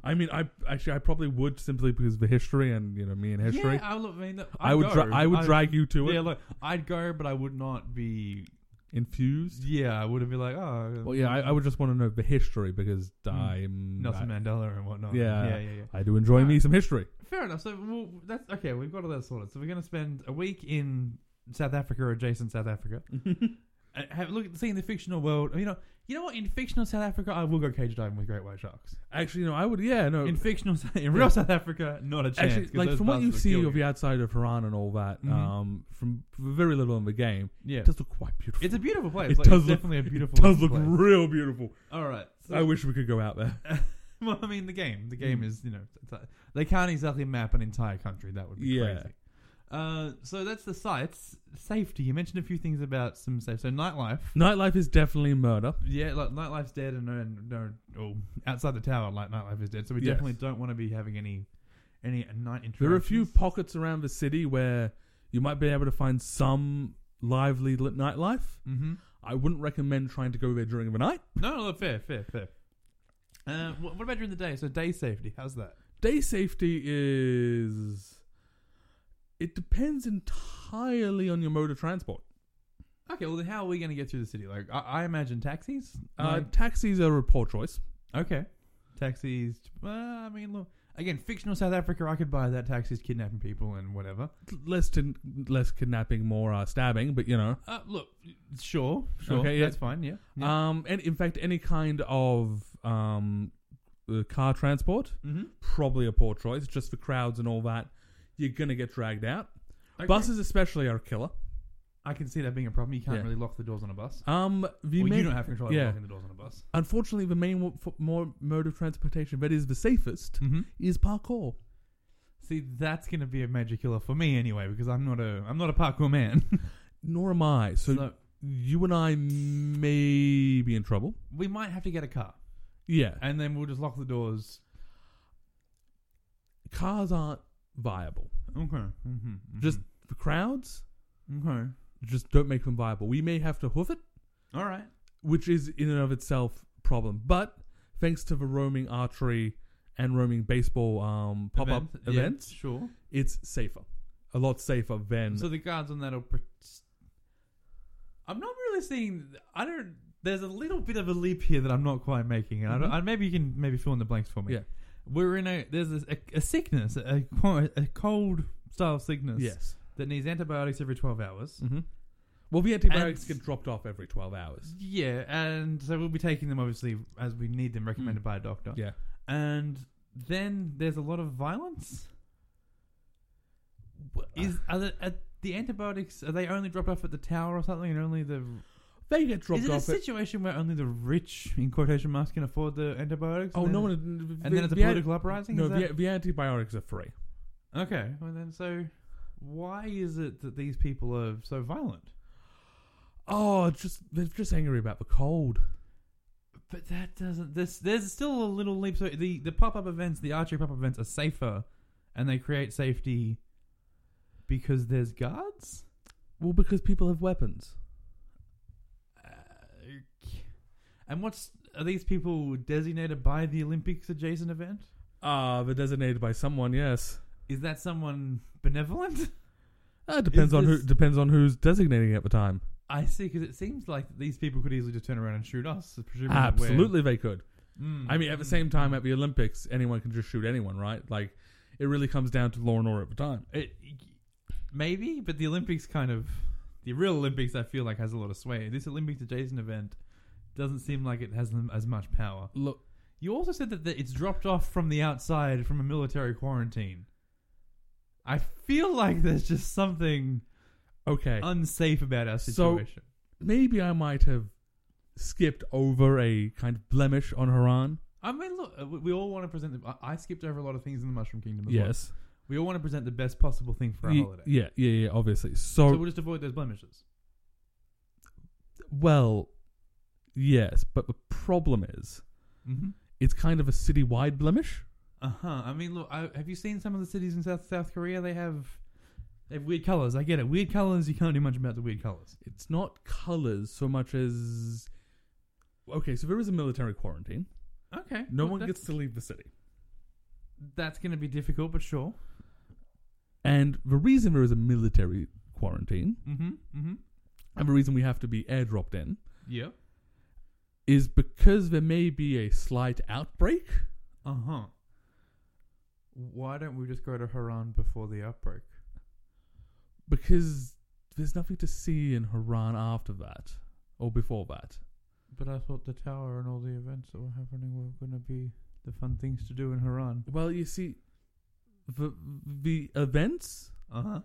[SPEAKER 2] I mean, I actually I probably would simply because of the history and you know me and history.
[SPEAKER 1] Yeah, I, lo- I mean, I'd
[SPEAKER 2] I would
[SPEAKER 1] go.
[SPEAKER 2] dra- I would drag you to it.
[SPEAKER 1] Yeah, look, I'd go, but I would not be.
[SPEAKER 2] Infused.
[SPEAKER 1] Yeah, I wouldn't be like, oh,
[SPEAKER 2] Well, yeah, I, I would just want to know the history because
[SPEAKER 1] Mm.
[SPEAKER 2] I'm
[SPEAKER 1] Nelson
[SPEAKER 2] I,
[SPEAKER 1] Mandela and whatnot.
[SPEAKER 2] Yeah.
[SPEAKER 1] yeah, yeah, yeah.
[SPEAKER 2] I do enjoy me some history.
[SPEAKER 1] Fair enough. So well, that's okay. We've got all that sorted. So we're going to spend a week in South Africa or adjacent South Africa. Uh, Have a look at seeing the fictional world. You know, you know what? In fictional South Africa, I will go cage diving with great white sharks.
[SPEAKER 2] Actually, no, I would. Yeah, no.
[SPEAKER 1] In fictional, in real
[SPEAKER 2] Oh, Yeah.
[SPEAKER 1] South Africa, not a chance.
[SPEAKER 2] actually,
[SPEAKER 1] 'cause
[SPEAKER 2] like
[SPEAKER 1] those
[SPEAKER 2] from what you
[SPEAKER 1] bastards would
[SPEAKER 2] see
[SPEAKER 1] kill
[SPEAKER 2] of
[SPEAKER 1] you.
[SPEAKER 2] the outside of Haran and all that,
[SPEAKER 1] Mhm.
[SPEAKER 2] um, from very little in the game,
[SPEAKER 1] yeah,
[SPEAKER 2] it does look quite beautiful.
[SPEAKER 1] it's a beautiful place.
[SPEAKER 2] It
[SPEAKER 1] like,
[SPEAKER 2] does
[SPEAKER 1] it's
[SPEAKER 2] look-
[SPEAKER 1] definitely a beautiful.
[SPEAKER 2] It does look
[SPEAKER 1] place.
[SPEAKER 2] real beautiful.
[SPEAKER 1] all right. So,
[SPEAKER 2] I wish we could go out there.
[SPEAKER 1] well, I mean, the game. The game
[SPEAKER 2] Mm.
[SPEAKER 1] is you know it's like- they can't exactly map an entire country. That would be
[SPEAKER 2] Yeah.
[SPEAKER 1] crazy. Uh, so that's the sites. Safety. You mentioned a few things about some safe. So nightlife.
[SPEAKER 2] Nightlife is definitely murder.
[SPEAKER 1] Yeah, like nightlife's dead, and no, no, oh, outside the tower, like nightlife is dead. So we
[SPEAKER 2] Yes.
[SPEAKER 1] definitely don't want to be having any, any night interactions.
[SPEAKER 2] There are a few pockets around the city where you might be able to find some lively li- nightlife.
[SPEAKER 1] Mm-hmm.
[SPEAKER 2] I wouldn't recommend trying to go there during the night.
[SPEAKER 1] No, no, fair, fair, fair. Uh, wh- what about during the day? So day safety, how's that?
[SPEAKER 2] Day safety is. It depends entirely on your mode of transport.
[SPEAKER 1] Okay, well then, how are we going to get through the city? Like, I, I imagine taxis.
[SPEAKER 2] Uh, taxis are a poor choice.
[SPEAKER 1] Like, okay, taxis. Uh, I mean, look again, fictional South Africa. I could buy that taxis kidnapping people and whatever.
[SPEAKER 2] Less tin less kidnapping, more uh, stabbing, but you know.
[SPEAKER 1] Uh, look, sure, sure,
[SPEAKER 2] Okay, yeah.
[SPEAKER 1] that's fine. Yeah. Uh, yeah.
[SPEAKER 2] Um, and in fact, any kind of um, uh, car transport
[SPEAKER 1] mm-hmm.
[SPEAKER 2] probably a poor choice. Just for crowds and all that, you're gonna get dragged out. Buses especially are a killer.
[SPEAKER 1] I can see that being a problem. You can't
[SPEAKER 2] Yeah.
[SPEAKER 1] really lock the doors on a bus.
[SPEAKER 2] Um, the
[SPEAKER 1] well,
[SPEAKER 2] main-
[SPEAKER 1] you don't have control
[SPEAKER 2] yeah.
[SPEAKER 1] of locking the doors on a bus.
[SPEAKER 2] unfortunately, the main wo- fo- more mode of transportation that is the safest
[SPEAKER 1] Mm-hmm.
[SPEAKER 2] is parkour.
[SPEAKER 1] See, that's going to be a major killer for me anyway, because I'm not a I'm not a parkour man.
[SPEAKER 2] Nor am I. So,
[SPEAKER 1] So,
[SPEAKER 2] you and I may be in trouble.
[SPEAKER 1] we might have to get a car,
[SPEAKER 2] Yeah,
[SPEAKER 1] and then we'll just lock the doors.
[SPEAKER 2] cars aren't viable.
[SPEAKER 1] Okay. Mm-hmm.
[SPEAKER 2] Just for crowds,
[SPEAKER 1] okay.
[SPEAKER 2] just don't make them viable. We may have to hoof it,
[SPEAKER 1] All right.
[SPEAKER 2] which is in and of itself a problem. But thanks to the roaming archery and roaming baseball um, pop up
[SPEAKER 1] Event- yeah,
[SPEAKER 2] events,
[SPEAKER 1] sure.
[SPEAKER 2] it's safer, a lot safer than
[SPEAKER 1] So the guards on that are. Pre- I'm not really seeing. I don't. There's a little bit of a leap here that I'm not quite making. And I don't,
[SPEAKER 2] Mhm.
[SPEAKER 1] I, maybe you can maybe fill in the blanks for me.
[SPEAKER 2] Yeah.
[SPEAKER 1] We're in a there's a, a, a sickness, a, co- a cold style sickness
[SPEAKER 2] yes.
[SPEAKER 1] that needs antibiotics every 12 hours.
[SPEAKER 2] Mm-hmm. Well, the antibiotics
[SPEAKER 1] And-
[SPEAKER 2] get dropped off every twelve hours.
[SPEAKER 1] Yeah, and so we'll be taking them obviously as we need them, recommended
[SPEAKER 2] Mm.
[SPEAKER 1] by a doctor.
[SPEAKER 2] Yeah.
[SPEAKER 1] And then there's a lot of violence.
[SPEAKER 2] Ah.
[SPEAKER 1] Is are the, are the antibiotics are they only dropped off at the tower or something, and only the
[SPEAKER 2] they get dropped
[SPEAKER 1] is it a
[SPEAKER 2] off? at-
[SPEAKER 1] situation where only the rich, in quotation marks, can afford the antibiotics?
[SPEAKER 2] oh
[SPEAKER 1] and
[SPEAKER 2] no
[SPEAKER 1] then-
[SPEAKER 2] one.
[SPEAKER 1] and then it's a
[SPEAKER 2] the-
[SPEAKER 1] political uprising.
[SPEAKER 2] No,
[SPEAKER 1] is that-
[SPEAKER 2] the, the antibiotics are free.
[SPEAKER 1] okay. Well then, so why is it that these people are so violent?
[SPEAKER 2] Oh, it's just they're just angry about the cold.
[SPEAKER 1] But that doesn't. This there's still a little leap. So the the pop up events, the archery pop up events, are safer, and they create safety because there's guards.
[SPEAKER 2] Well, because people have weapons.
[SPEAKER 1] Uh, ok- and what's are these people designated by the Olympics adjacent event?
[SPEAKER 2] Ah, they're designated by someone. Yes.
[SPEAKER 1] Is that someone benevolent?
[SPEAKER 2] Uh, depends on who
[SPEAKER 1] this-
[SPEAKER 2] depends on who's designating at the time.
[SPEAKER 1] I see, because it seems like these people could easily just turn around and shoot us. presuming that we're-
[SPEAKER 2] Absolutely, they could.
[SPEAKER 1] Mm,
[SPEAKER 2] I mean, at the
[SPEAKER 1] mm,
[SPEAKER 2] same time, at the Olympics, anyone can just shoot anyone, right? Like, it really comes down to law and order at the time.
[SPEAKER 1] It, Uh, maybe, but the Olympics kind of the real Olympics. I feel like has a lot of sway. This Olympics adjacent event doesn't seem like it has them as much power.
[SPEAKER 2] Look,
[SPEAKER 1] You also said that the, it's dropped off from the outside from a military quarantine. I feel like there's just something
[SPEAKER 2] okay,
[SPEAKER 1] Uh, unsafe about our
[SPEAKER 2] So-
[SPEAKER 1] situation.
[SPEAKER 2] maybe I might have skipped over a kind of blemish on Haran.
[SPEAKER 1] I mean, look, uh, we we all want to present. The, I I skipped over a lot of things in the Mushroom Kingdom. As well.
[SPEAKER 2] Yes,
[SPEAKER 1] we all want to present the best possible thing for our
[SPEAKER 2] Ye-
[SPEAKER 1] holiday.
[SPEAKER 2] yeah, yeah, yeah. Obviously,
[SPEAKER 1] So
[SPEAKER 2] so,
[SPEAKER 1] we'll just avoid those blemishes.
[SPEAKER 2] well, yes, but the problem is
[SPEAKER 1] Mm-hmm.
[SPEAKER 2] it's kind of a citywide blemish.
[SPEAKER 1] Uh huh. I mean, look, I, have you seen some of the cities in South South Korea? They have they have weird colors. I get it. Weird colors. You can't do much about the weird colors.
[SPEAKER 2] It's not colors so much as okay. So there is a military quarantine.
[SPEAKER 1] Okay.
[SPEAKER 2] No
[SPEAKER 1] well,
[SPEAKER 2] one
[SPEAKER 1] that's-
[SPEAKER 2] gets to leave the city.
[SPEAKER 1] That's going to be difficult, but sure.
[SPEAKER 2] And the reason there is a military quarantine
[SPEAKER 1] Mm-hmm. Mm-hmm.
[SPEAKER 2] and the reason we have to be airdropped in
[SPEAKER 1] Yep.
[SPEAKER 2] is because there may be a slight outbreak.
[SPEAKER 1] Uh huh. Why don't we just go to Haran before the outbreak?
[SPEAKER 2] because there's nothing to see in Haran after that or before that.
[SPEAKER 1] But I thought the tower and all the events that were happening were going to be the fun things to do in Haran.
[SPEAKER 2] Well, you see, the the events
[SPEAKER 1] Uh huh.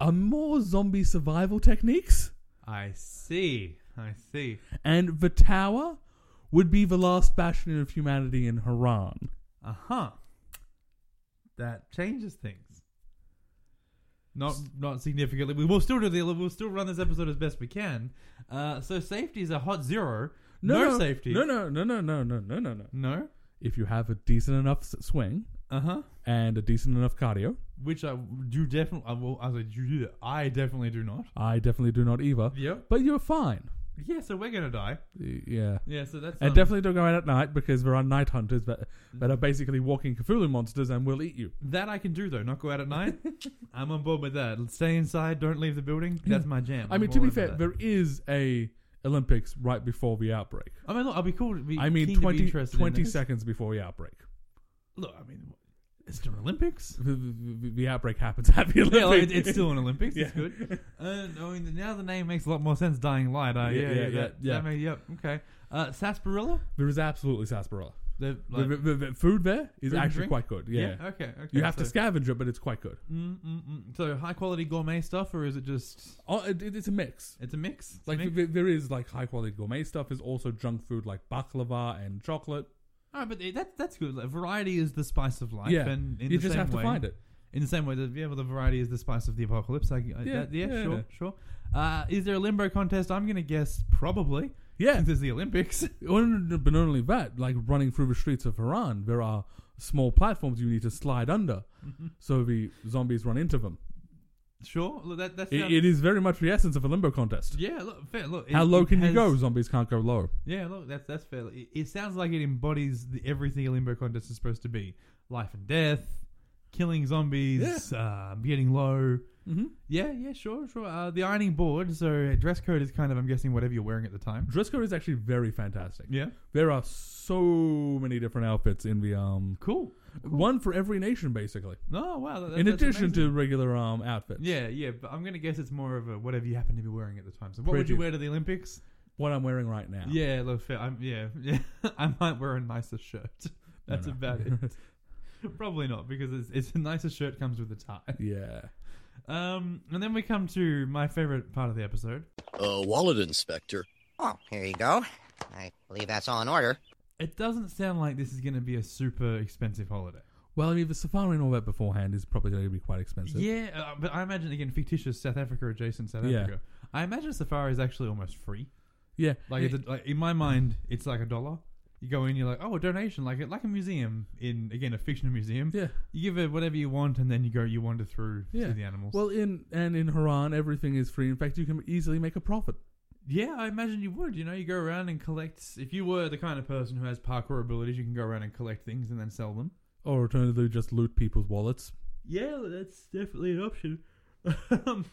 [SPEAKER 2] are more zombie survival techniques,
[SPEAKER 1] I see. I see.
[SPEAKER 2] and the tower would be the last bastion of humanity in Haran.
[SPEAKER 1] Uh huh. That changes things. Not not significantly. We will still do the. We'll still run this episode as best we can. Uh, so safety is a hot zero. No, safety.
[SPEAKER 2] No, no, no, no, no, no, no, no, no.
[SPEAKER 1] No.
[SPEAKER 2] If you have a decent enough s- swing
[SPEAKER 1] Uh huh.
[SPEAKER 2] and a decent enough cardio,
[SPEAKER 1] Which I do definitely. I will. I was like, you do that. I definitely do not.
[SPEAKER 2] I definitely do not either.
[SPEAKER 1] Yep.
[SPEAKER 2] But you're fine.
[SPEAKER 1] Yeah. So we're gonna die.
[SPEAKER 2] Y- Yeah.
[SPEAKER 1] Yeah. So that's.
[SPEAKER 2] And
[SPEAKER 1] um,
[SPEAKER 2] definitely don't go out at night because there are night hunters that, that
[SPEAKER 1] Mm.
[SPEAKER 2] are basically walking Cthulhu monsters and will eat you.
[SPEAKER 1] That I can do though. Not go out at night. I'm on board with that. Stay inside. Don't leave the building. That's my jam.
[SPEAKER 2] I
[SPEAKER 1] I'm
[SPEAKER 2] mean, to
[SPEAKER 1] all
[SPEAKER 2] be
[SPEAKER 1] over
[SPEAKER 2] fair,
[SPEAKER 1] that.
[SPEAKER 2] there is a Olympics right before the outbreak.
[SPEAKER 1] I mean, look. I'll be cool. To be
[SPEAKER 2] I mean,
[SPEAKER 1] keen to be
[SPEAKER 2] 20,
[SPEAKER 1] interested in
[SPEAKER 2] 20
[SPEAKER 1] this.
[SPEAKER 2] seconds before the outbreak.
[SPEAKER 1] Look. I mean, it's the Olympics.
[SPEAKER 2] The, the- the outbreak happens at the Olympics.
[SPEAKER 1] Yeah, like, it's still an Olympics. It's
[SPEAKER 2] Yeah.
[SPEAKER 1] good. Uh, I mean, now the name makes a lot more sense. Dying Light. Uh, yeah, yeah, yeah. that,
[SPEAKER 2] yeah.
[SPEAKER 1] that may- yep. Okay. Uh, sarsaparilla.
[SPEAKER 2] There is absolutely sarsaparilla.
[SPEAKER 1] The,
[SPEAKER 2] The-
[SPEAKER 1] like-
[SPEAKER 2] the, the- the food there is
[SPEAKER 1] Food and
[SPEAKER 2] actually
[SPEAKER 1] drink?
[SPEAKER 2] quite good. Yeah.
[SPEAKER 1] Okay. Okay.
[SPEAKER 2] You have
[SPEAKER 1] so,
[SPEAKER 2] to scavenge it, but it's quite good.
[SPEAKER 1] Mm, mm, mm. So high quality gourmet stuff, or is it just?
[SPEAKER 2] Oh, it, it- it's a mix.
[SPEAKER 1] It's a mix. It's a
[SPEAKER 2] Like
[SPEAKER 1] mix?
[SPEAKER 2] th- there is like high quality gourmet stuff. There's also junk food like baklava and chocolate.
[SPEAKER 1] All right, Ah, but it- that that's good. Like, variety is the spice of life.
[SPEAKER 2] Yeah.
[SPEAKER 1] And in
[SPEAKER 2] you
[SPEAKER 1] the
[SPEAKER 2] just
[SPEAKER 1] same
[SPEAKER 2] have to
[SPEAKER 1] way,
[SPEAKER 2] find it.
[SPEAKER 1] In the same way that yeah, well, the variety is the spice of the apocalypse. I, I,
[SPEAKER 2] Yeah,
[SPEAKER 1] that, yeah,
[SPEAKER 2] yeah.
[SPEAKER 1] Sure. Sure. Uh, is there a limbo contest? I'm gonna guess probably.
[SPEAKER 2] Yeah.
[SPEAKER 1] Since it's the Olympics.
[SPEAKER 2] Well, no, no, but not only that, like running through the streets of Haran, there are small platforms you need to slide under,
[SPEAKER 1] Mm-hmm.
[SPEAKER 2] so the zombies run into them.
[SPEAKER 1] Sure. Look, that that's
[SPEAKER 2] It, it is very much the essence of a limbo contest.
[SPEAKER 1] Yeah, look, fair. Look,
[SPEAKER 2] How
[SPEAKER 1] it-
[SPEAKER 2] low
[SPEAKER 1] it
[SPEAKER 2] can you
[SPEAKER 1] has-
[SPEAKER 2] go? Zombies can't go low.
[SPEAKER 1] Yeah, look, that's that's fair. It, it sounds like it embodies the, everything a limbo contest is supposed to be: life and death, killing zombies, uh, getting low.
[SPEAKER 2] Mm-hmm.
[SPEAKER 1] Yeah, yeah, sure, sure. Uh, the ironing board. So dress code is kind of, I'm guessing, whatever you're wearing at the time.
[SPEAKER 2] Dress code is actually very fantastic.
[SPEAKER 1] Yeah,
[SPEAKER 2] There are so many different outfits in the um
[SPEAKER 1] cool.
[SPEAKER 2] one for every nation basically.
[SPEAKER 1] Oh wow. that- that-
[SPEAKER 2] in
[SPEAKER 1] that's
[SPEAKER 2] addition
[SPEAKER 1] amazing.
[SPEAKER 2] to regular um outfits.
[SPEAKER 1] Yeah, yeah, but I'm gonna guess it's more of a whatever you happen to be wearing at the time. So what would
[SPEAKER 2] Pretty.
[SPEAKER 1] you wear to the Olympics?
[SPEAKER 2] What I'm wearing right now.
[SPEAKER 1] Yeah, look, fair. I'm, yeah, yeah. I might wear a nicer shirt.
[SPEAKER 2] No,
[SPEAKER 1] That's
[SPEAKER 2] no.
[SPEAKER 1] about it. Probably not because it's, it's the nicest shirt comes with a tie.
[SPEAKER 2] yeah.
[SPEAKER 1] Um, and then we come to my favorite part of the episode.
[SPEAKER 3] Uh, wallet inspector.
[SPEAKER 4] Oh, here you go. I believe that's all in order.
[SPEAKER 1] It doesn't sound like this is going to be a super expensive holiday.
[SPEAKER 2] Well, I mean, the safari and all that beforehand is probably going to be quite expensive.
[SPEAKER 1] Yeah, uh, but I imagine again fictitious South Africa adjacent South
[SPEAKER 2] Yeah.
[SPEAKER 1] Africa. I imagine safari is actually almost free.
[SPEAKER 2] yeah.
[SPEAKER 1] Like, it's a, like in my mind, it's like a dollar. You go in, you're like, oh, a donation, like a- like a museum in again a fictional museum.
[SPEAKER 2] yeah.
[SPEAKER 1] You give it whatever you want, and then you go. You wander through
[SPEAKER 2] Yeah.
[SPEAKER 1] through the animals.
[SPEAKER 2] Well, in and in Haran, everything is free. In fact, you can easily make a profit.
[SPEAKER 1] yeah, I imagine you would. You know, you go around and collect. If you were the kind of person who has parkour abilities, you can go around and collect things and then sell them.
[SPEAKER 2] Or alternatively, just loot people's wallets.
[SPEAKER 1] Yeah, that's definitely an option. Um,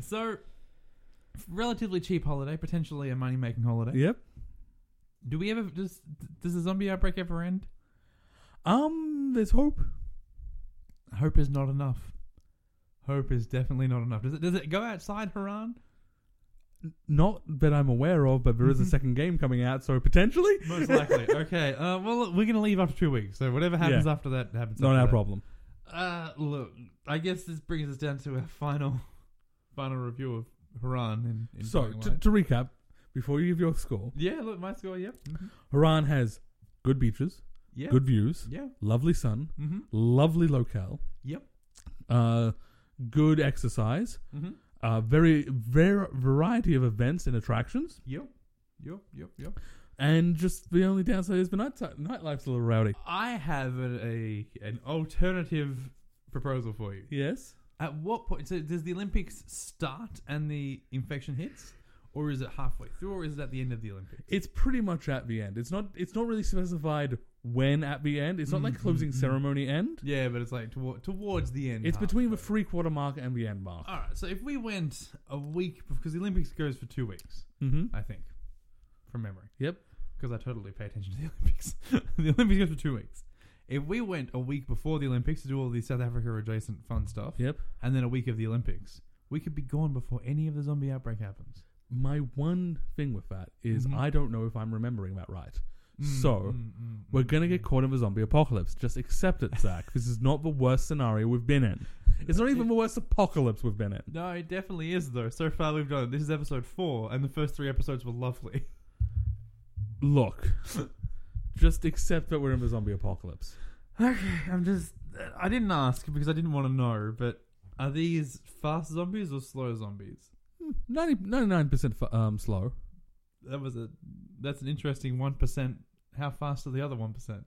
[SPEAKER 1] so, relatively cheap holiday, potentially a money making holiday.
[SPEAKER 2] Yep.
[SPEAKER 1] Do we ever does does the zombie outbreak ever end?
[SPEAKER 2] Um, there's hope.
[SPEAKER 1] Hope is not enough. Hope is definitely not enough. Does it does it go outside Haran?
[SPEAKER 2] Not that I'm aware of, but there
[SPEAKER 1] Mm-hmm.
[SPEAKER 2] is a second game coming out, so potentially
[SPEAKER 1] Most likely. okay. Uh, well, look, we're gonna leave after two weeks, so whatever happens
[SPEAKER 2] Yeah.
[SPEAKER 1] after that happens.
[SPEAKER 2] not
[SPEAKER 1] after
[SPEAKER 2] our
[SPEAKER 1] that.
[SPEAKER 2] problem.
[SPEAKER 1] Uh, look, I guess this brings us down to our final final review of Haran. In, in
[SPEAKER 2] So
[SPEAKER 1] Dying
[SPEAKER 2] to,
[SPEAKER 1] Light.
[SPEAKER 2] to recap, before you give your score,
[SPEAKER 1] yeah, look, my score. Yep. Mhm.
[SPEAKER 2] Haran has good beaches,
[SPEAKER 1] Yeah.
[SPEAKER 2] good views,
[SPEAKER 1] Yeah.
[SPEAKER 2] lovely sun,
[SPEAKER 1] Mm-hmm.
[SPEAKER 2] lovely locale,
[SPEAKER 1] Yep.
[SPEAKER 2] uh, good exercise,
[SPEAKER 1] Mm-hmm.
[SPEAKER 2] uh, very ver- variety of events and attractions,
[SPEAKER 1] Yep. Yep. Yep. Yep.
[SPEAKER 2] and just the only downside is the night nightlife's a little rowdy.
[SPEAKER 1] I have a, a an alternative proposal for you.
[SPEAKER 2] Yes.
[SPEAKER 1] At what point? So does the Olympics start and the infection hits, or is it halfway through, or is it at the end of the Olympics?
[SPEAKER 2] it's pretty much at the end. It's not it's not really specified when at the end. It's not like
[SPEAKER 1] Mm-hmm,
[SPEAKER 2] closing ceremony end.
[SPEAKER 1] Yeah, but it's like toward, towards the end.
[SPEAKER 2] It's
[SPEAKER 1] half.
[SPEAKER 2] between the three quarter mark and the end mark.
[SPEAKER 1] All right, so if we went a week because the Olympics goes for two weeks,
[SPEAKER 2] Mm-hmm.
[SPEAKER 1] I think, from memory,
[SPEAKER 2] Yep.
[SPEAKER 1] because I totally pay attention to the Olympics. the Olympics goes for two weeks. If we went a week before the Olympics to do all the South Africa adjacent fun stuff,
[SPEAKER 2] Yep.
[SPEAKER 1] and then a week of the Olympics, we could be gone before any of the zombie outbreak happens.
[SPEAKER 2] My one thing with that is
[SPEAKER 1] Mm-hmm.
[SPEAKER 2] I don't know if I'm remembering that right.
[SPEAKER 1] Mm,
[SPEAKER 2] so we're gonna get caught in the zombie apocalypse. Just accept it, Zach. this is not the worst scenario we've been in. It's not even the worst apocalypse we've been in.
[SPEAKER 1] No, it definitely is though. So far we've done it. This is episode four, and the first three episodes were lovely.
[SPEAKER 2] Look, just accept that we're in the zombie apocalypse.
[SPEAKER 1] Okay, I'm just. I didn't ask because I didn't want to know. But are these fast zombies or slow zombies?
[SPEAKER 2] 99 percent um, slow.
[SPEAKER 1] That was a. That's an interesting one percent. How fast are the other one percent?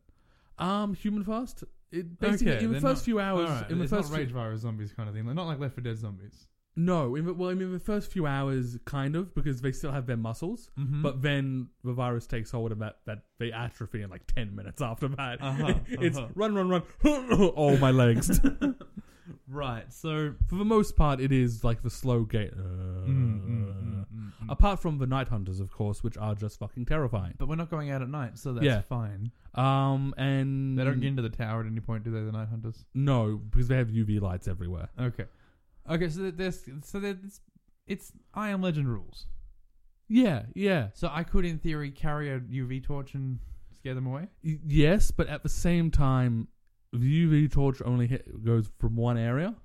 [SPEAKER 2] Um, human fast. It basically in the first few hours. In the
[SPEAKER 1] it's
[SPEAKER 2] first
[SPEAKER 1] not rage
[SPEAKER 2] few-
[SPEAKER 1] virus zombies kind of thing. Like, not like Left 4 Dead zombies.
[SPEAKER 2] no, in the, well, I mean the first few hours, kind of because they still have their muscles.
[SPEAKER 1] Mm-hmm.
[SPEAKER 2] But then the virus takes hold of that, that they atrophy in like 10 minutes after that.
[SPEAKER 1] Uh-huh,
[SPEAKER 2] it's
[SPEAKER 1] uh-huh.
[SPEAKER 2] run, run, run. oh, my legs.
[SPEAKER 1] right, so
[SPEAKER 2] For the most part, it is like the slow gait. Uh,
[SPEAKER 1] Mm,
[SPEAKER 2] Apart from the night hunters, of course, which are just fucking terrifying.
[SPEAKER 1] Oh, but we're not going out at night, so that's
[SPEAKER 2] Yeah.
[SPEAKER 1] fine.
[SPEAKER 2] Um, and
[SPEAKER 1] They don't get into the tower at any point, do they? The night hunters.
[SPEAKER 2] no, because they have UV lights everywhere.
[SPEAKER 1] Okay, okay. So there's so there's it's I am Legend rules.
[SPEAKER 2] Yeah, yeah,
[SPEAKER 1] So I could, in theory, carry a UV torch and scare them away.
[SPEAKER 2] Y- yes, but at the same time, the UV torch only hit, goes from one area.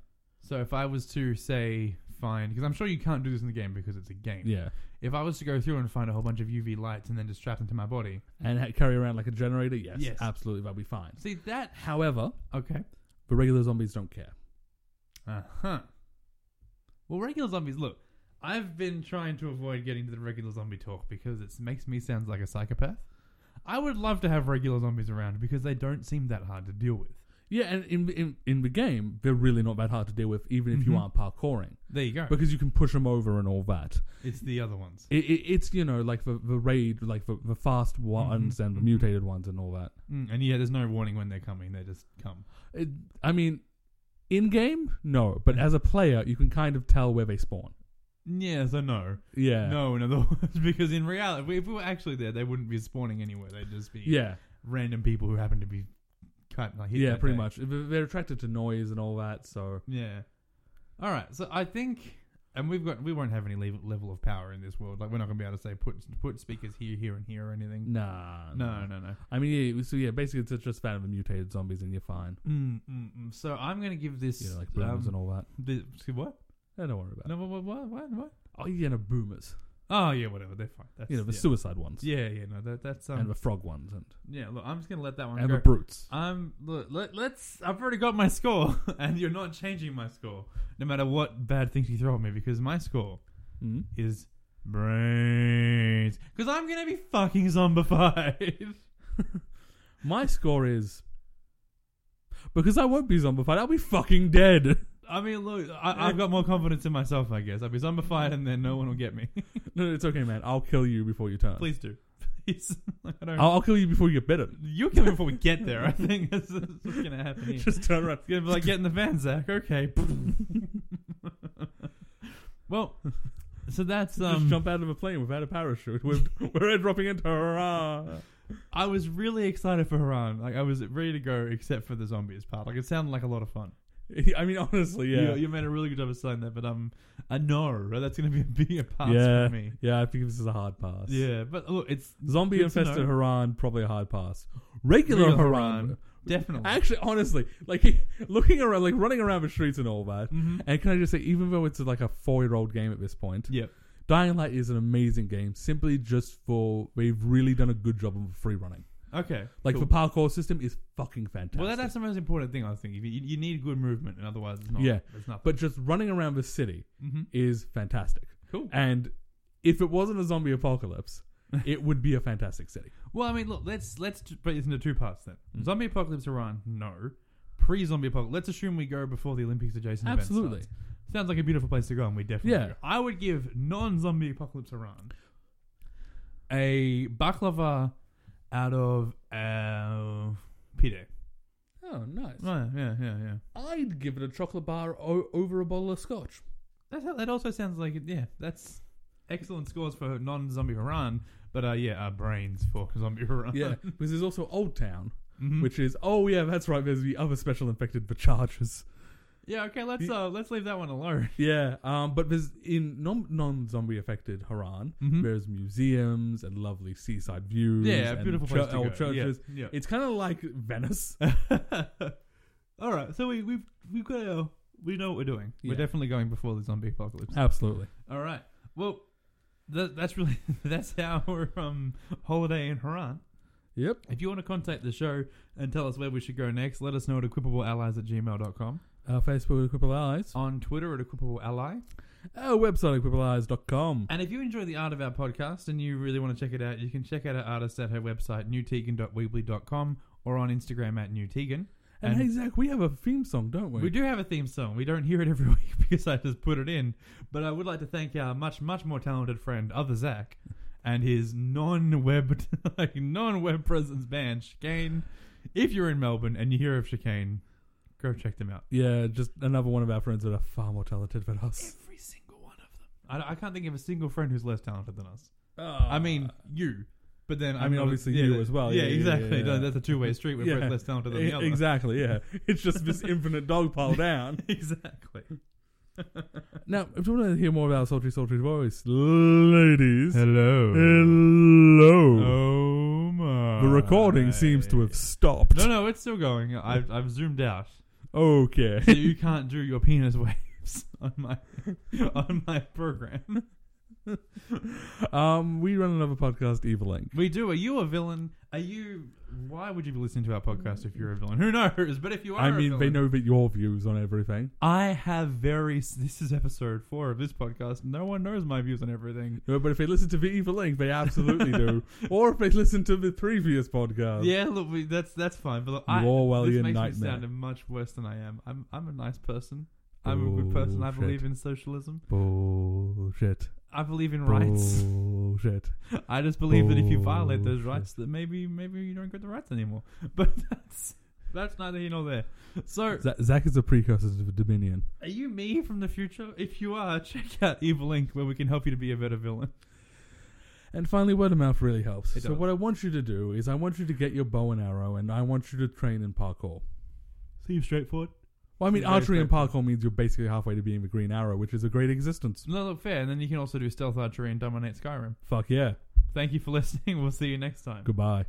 [SPEAKER 1] So if I was to say find, because I'm sure you can't do this in the game because it's a game.
[SPEAKER 2] Yeah,
[SPEAKER 1] If I was to go through and find a whole bunch of UV lights and then just strap them to my body,
[SPEAKER 2] and ha- carry around like a generator. Yes,
[SPEAKER 1] Yes.
[SPEAKER 2] absolutely, that'd be fine.
[SPEAKER 1] see that?
[SPEAKER 2] However,
[SPEAKER 1] Okay.
[SPEAKER 2] the regular zombies don't care.
[SPEAKER 1] Uh huh. Well, regular zombies. Look, I've been trying to avoid getting to the regular zombie talk because it makes me sound like a psychopath. I would love to have regular zombies around because they don't seem that hard to deal with.
[SPEAKER 2] Yeah, and in in, in the game, they're really not that hard to deal with, even if
[SPEAKER 1] Mm-hmm.
[SPEAKER 2] you aren't parkouring,
[SPEAKER 1] There you go.
[SPEAKER 2] because you can push them over and all that.
[SPEAKER 1] it's the other ones.
[SPEAKER 2] It, it, it's you know like the the raid, like the, the fast ones
[SPEAKER 1] Mm-hmm,
[SPEAKER 2] and the mutated ones and all that.
[SPEAKER 1] Mm, and yeah, there's no warning when they're coming. They just come.
[SPEAKER 2] It, I mean, in game, no, but as a player, you can kind of tell where they spawn.
[SPEAKER 1] Yeah, so no.
[SPEAKER 2] Yeah,
[SPEAKER 1] No, in other words, because in reality, if we- if we were actually there, they wouldn't be spawning anywhere. They'd just be
[SPEAKER 2] yeah,
[SPEAKER 1] random people who happen to be cut. Like, hit
[SPEAKER 2] yeah,
[SPEAKER 1] that
[SPEAKER 2] pretty
[SPEAKER 1] day.
[SPEAKER 2] much. They- They're attracted to noise and all that, so
[SPEAKER 1] Yeah. All right. So I think, and we've got we won't have any level, level of power in this world. Like we're not going to be able to say put put speakers here, here, and here or anything.
[SPEAKER 2] nah,
[SPEAKER 1] No, no, no.
[SPEAKER 2] I mean, yeah, so yeah, basically, it's just that of the mutated zombies, and you're fine.
[SPEAKER 1] Mm, mm, mm. So I'm going to give this.
[SPEAKER 2] You know, like boomers and
[SPEAKER 1] um,
[SPEAKER 2] all that.
[SPEAKER 1] the, see what?
[SPEAKER 2] Yeah, don't worry about it.
[SPEAKER 1] No, what, what, what, what?
[SPEAKER 2] Oh, yeah, no boomers.
[SPEAKER 1] Oh yeah, whatever. They're fine. That's,
[SPEAKER 2] You know, the
[SPEAKER 1] yeah.
[SPEAKER 2] suicide ones.
[SPEAKER 1] Yeah, yeah. No, that that's um. Uh,
[SPEAKER 2] and the frog ones and,
[SPEAKER 1] yeah, look, I'm just going to let that one
[SPEAKER 2] and
[SPEAKER 1] go.
[SPEAKER 2] the brutes.
[SPEAKER 1] I'm look, let, let's. I've already got my score, and you're not changing my score, no matter what bad things you throw at me, because my score
[SPEAKER 2] Mm.
[SPEAKER 1] is brains. Because I'm gonna be fucking zombified.
[SPEAKER 2] My score is because I won't be zombified. I'll be fucking dead.
[SPEAKER 1] I mean, look, I, I've got more confidence in myself, I guess. I'll be zombified, and then no one will get me.
[SPEAKER 2] no, no, it's okay, man. I'll kill you before you turn.
[SPEAKER 1] Please do, please. I don't.
[SPEAKER 2] I'll, I'll kill you before you get bitten.
[SPEAKER 1] you kill me before we get there. I think that's, that's what's gonna happen. Here.
[SPEAKER 2] Just turn around.
[SPEAKER 1] It's gonna be like getting the van, Zach. Okay. well, so that's um.
[SPEAKER 2] Just jump out of a plane without a parachute. We're, we're dropping into hurrah.
[SPEAKER 1] I was really excited for Haran. Like I was ready to go, except for the zombies part. Like it sounded like a lot of fun.
[SPEAKER 2] I mean, honestly, yeah,
[SPEAKER 1] you, you made a really good job of selling that. But um, I know right? that's going to be a bigger pass
[SPEAKER 2] yeah,
[SPEAKER 1] for me.
[SPEAKER 2] yeah. I think this is a hard pass.
[SPEAKER 1] Yeah, but look, it's
[SPEAKER 2] zombie
[SPEAKER 1] Good to
[SPEAKER 2] infested
[SPEAKER 1] know.
[SPEAKER 2] Haran probably a hard pass. Regular,
[SPEAKER 1] Regular
[SPEAKER 2] Haran.
[SPEAKER 1] Haran. definitely.
[SPEAKER 2] Actually, honestly, like looking around, like running around the streets and all that.
[SPEAKER 1] Mm-hmm.
[SPEAKER 2] And can I just say, even though it's like a four-year-old game at this point,
[SPEAKER 1] yep.
[SPEAKER 2] Dying Light is an amazing game. Simply just for they've really done a good job of free running.
[SPEAKER 1] Okay.
[SPEAKER 2] Like
[SPEAKER 1] cool.
[SPEAKER 2] the parkour system is fucking fantastic.
[SPEAKER 1] well, that, that's the most important thing I was thinking. You, you need good movement, and otherwise, it's not.
[SPEAKER 2] Yeah,
[SPEAKER 1] it's not.
[SPEAKER 2] but just running around the city
[SPEAKER 1] Mhm.
[SPEAKER 2] is fantastic.
[SPEAKER 1] Cool.
[SPEAKER 2] And if it wasn't a zombie apocalypse, it would be a fantastic city.
[SPEAKER 1] well, I mean, look, let's let's t- break this into two parts then.
[SPEAKER 2] Mm.
[SPEAKER 1] Zombie apocalypse Haran, no. Pre-zombie apocalypse. Let's assume we go before the Olympics adjacent. event
[SPEAKER 2] Absolutely.
[SPEAKER 1] starts. Sounds like a beautiful place to go, and we definitely.
[SPEAKER 2] Yeah.
[SPEAKER 1] go. I would give non-zombie apocalypse Iran a baklava out of uh, Peter.
[SPEAKER 2] Oh, nice.
[SPEAKER 1] Oh, yeah, yeah, yeah.
[SPEAKER 2] I'd give it a chocolate bar o- over a bottle of scotch.
[SPEAKER 1] That's how, that also sounds like it. Yeah, that's excellent scores for non-zombie Haran, but uh, yeah, uh, brains for zombie Mm-hmm. Haran.
[SPEAKER 2] Yeah, because there's also Old Town, which is oh yeah, that's right. There's the other special infected for charges.
[SPEAKER 1] yeah. Okay, let's uh, let's leave that one alone.
[SPEAKER 2] Yeah, um, but there's in non non zombie affected Haran, there's museums and lovely seaside views.
[SPEAKER 1] Mm-hmm. Yeah, a
[SPEAKER 2] and oh,
[SPEAKER 1] beautiful place to
[SPEAKER 2] old
[SPEAKER 1] go. Yeah,
[SPEAKER 2] churches.
[SPEAKER 1] yeah.
[SPEAKER 2] It's kind of like Venice.
[SPEAKER 1] All right, so we we've we've got our we know what we're doing. We're
[SPEAKER 2] Yeah.
[SPEAKER 1] definitely going before the zombie apocalypse.
[SPEAKER 2] Absolutely.
[SPEAKER 1] All right. Well, that, that's really that's our um, holiday in Haran.
[SPEAKER 2] Yep.
[SPEAKER 1] If you want to contact the show and tell us where we should go next, let us know at equipableallies at gmail.com.
[SPEAKER 2] Our Facebook at Equipable Allies.
[SPEAKER 1] On Twitter at equipableally.
[SPEAKER 2] Our website at equipableallies.com.
[SPEAKER 1] And if you enjoy the art of our podcast and you really want to check it out, you can check out our artist at her website, newtegan.weebly.com or on Instagram at newtegan.
[SPEAKER 2] And, hey Zach, we have a theme song, don't we?
[SPEAKER 1] We do have a theme song. We don't hear it every week because I just put it in. But I would like to thank our much, much more talented friend, Other Zach, and his non-web, like non-web presence band, Chicane. If you're in Melbourne and you hear of Chicane, go check them out.
[SPEAKER 2] Yeah, just another one of our friends that are far more talented than us.
[SPEAKER 1] Every single one of them. I, I can't think of a single friend who's less talented than us. I
[SPEAKER 2] I
[SPEAKER 1] mean, you. But then
[SPEAKER 2] Uh, I mean,
[SPEAKER 1] not-
[SPEAKER 2] obviously
[SPEAKER 1] yeah,
[SPEAKER 2] you
[SPEAKER 1] that-
[SPEAKER 2] as well.
[SPEAKER 1] Yeah,
[SPEAKER 2] Yeah, yeah,
[SPEAKER 1] exactly.
[SPEAKER 2] yeah, yeah.
[SPEAKER 1] No, That's a two-way street. We're both less talented than the other.
[SPEAKER 2] E- Exactly, yeah. It's just this infinite dog pile down.
[SPEAKER 1] exactly.
[SPEAKER 2] Now, if you want to hear more about Sultry Sultry Voice, ladies,
[SPEAKER 1] Hello.
[SPEAKER 2] hello.
[SPEAKER 1] Oh my!
[SPEAKER 2] the recording seems to have stopped.
[SPEAKER 1] No, no, it's still going. I've I've zoomed out,
[SPEAKER 2] Okay.
[SPEAKER 1] so you can't do your penis waves on my on my program.
[SPEAKER 2] um, we run another podcast, Evil Link.
[SPEAKER 1] We do. Are you a villain? Are you? Why would you be listening to our podcast if you're a villain? Who knows? But if you are,
[SPEAKER 2] I
[SPEAKER 1] a
[SPEAKER 2] mean, they
[SPEAKER 1] villain-
[SPEAKER 2] know that your views on everything.
[SPEAKER 1] I have very. s- This is episode four of this podcast. No one knows my views on everything.
[SPEAKER 2] No, But if they listen to the Evil Link, they absolutely do. Or if they listen to the previous podcast,
[SPEAKER 1] Yeah, look, we, that's that's fine. But look, I,
[SPEAKER 2] Orwellian
[SPEAKER 1] this makes me
[SPEAKER 2] nightmare.
[SPEAKER 1] sound much worse than I am. I'm I'm a nice person. I'm a good person. I
[SPEAKER 2] Bullshit.
[SPEAKER 1] believe in socialism.
[SPEAKER 2] bullshit,
[SPEAKER 1] I believe in rights.
[SPEAKER 2] bullshit.
[SPEAKER 1] I just believe that if you violate those
[SPEAKER 2] Bullshit.
[SPEAKER 1] rights, that maybe maybe you don't get the rights anymore. But that's that's neither here nor there. So,
[SPEAKER 2] Za- Zach is a precursor to the Dominion.
[SPEAKER 1] are you me from the future? If you are, check out Evil Inc., where we can help you to be a better villain.
[SPEAKER 2] And finally, word of mouth really helps.
[SPEAKER 1] It
[SPEAKER 2] so
[SPEAKER 1] does.
[SPEAKER 2] what I want you to do is I want you to get your bow and arrow, and I want you to train in parkour.
[SPEAKER 1] Seems straightforward.
[SPEAKER 2] Well, I mean,
[SPEAKER 1] Very
[SPEAKER 2] archery and parkour means you're basically halfway to being the Green Arrow, which is a great existence.
[SPEAKER 1] No, look, fair. And then you can also do stealth archery and dominate Skyrim.
[SPEAKER 2] Fuck yeah.
[SPEAKER 1] Thank you for listening. We'll see you next time.
[SPEAKER 2] Goodbye.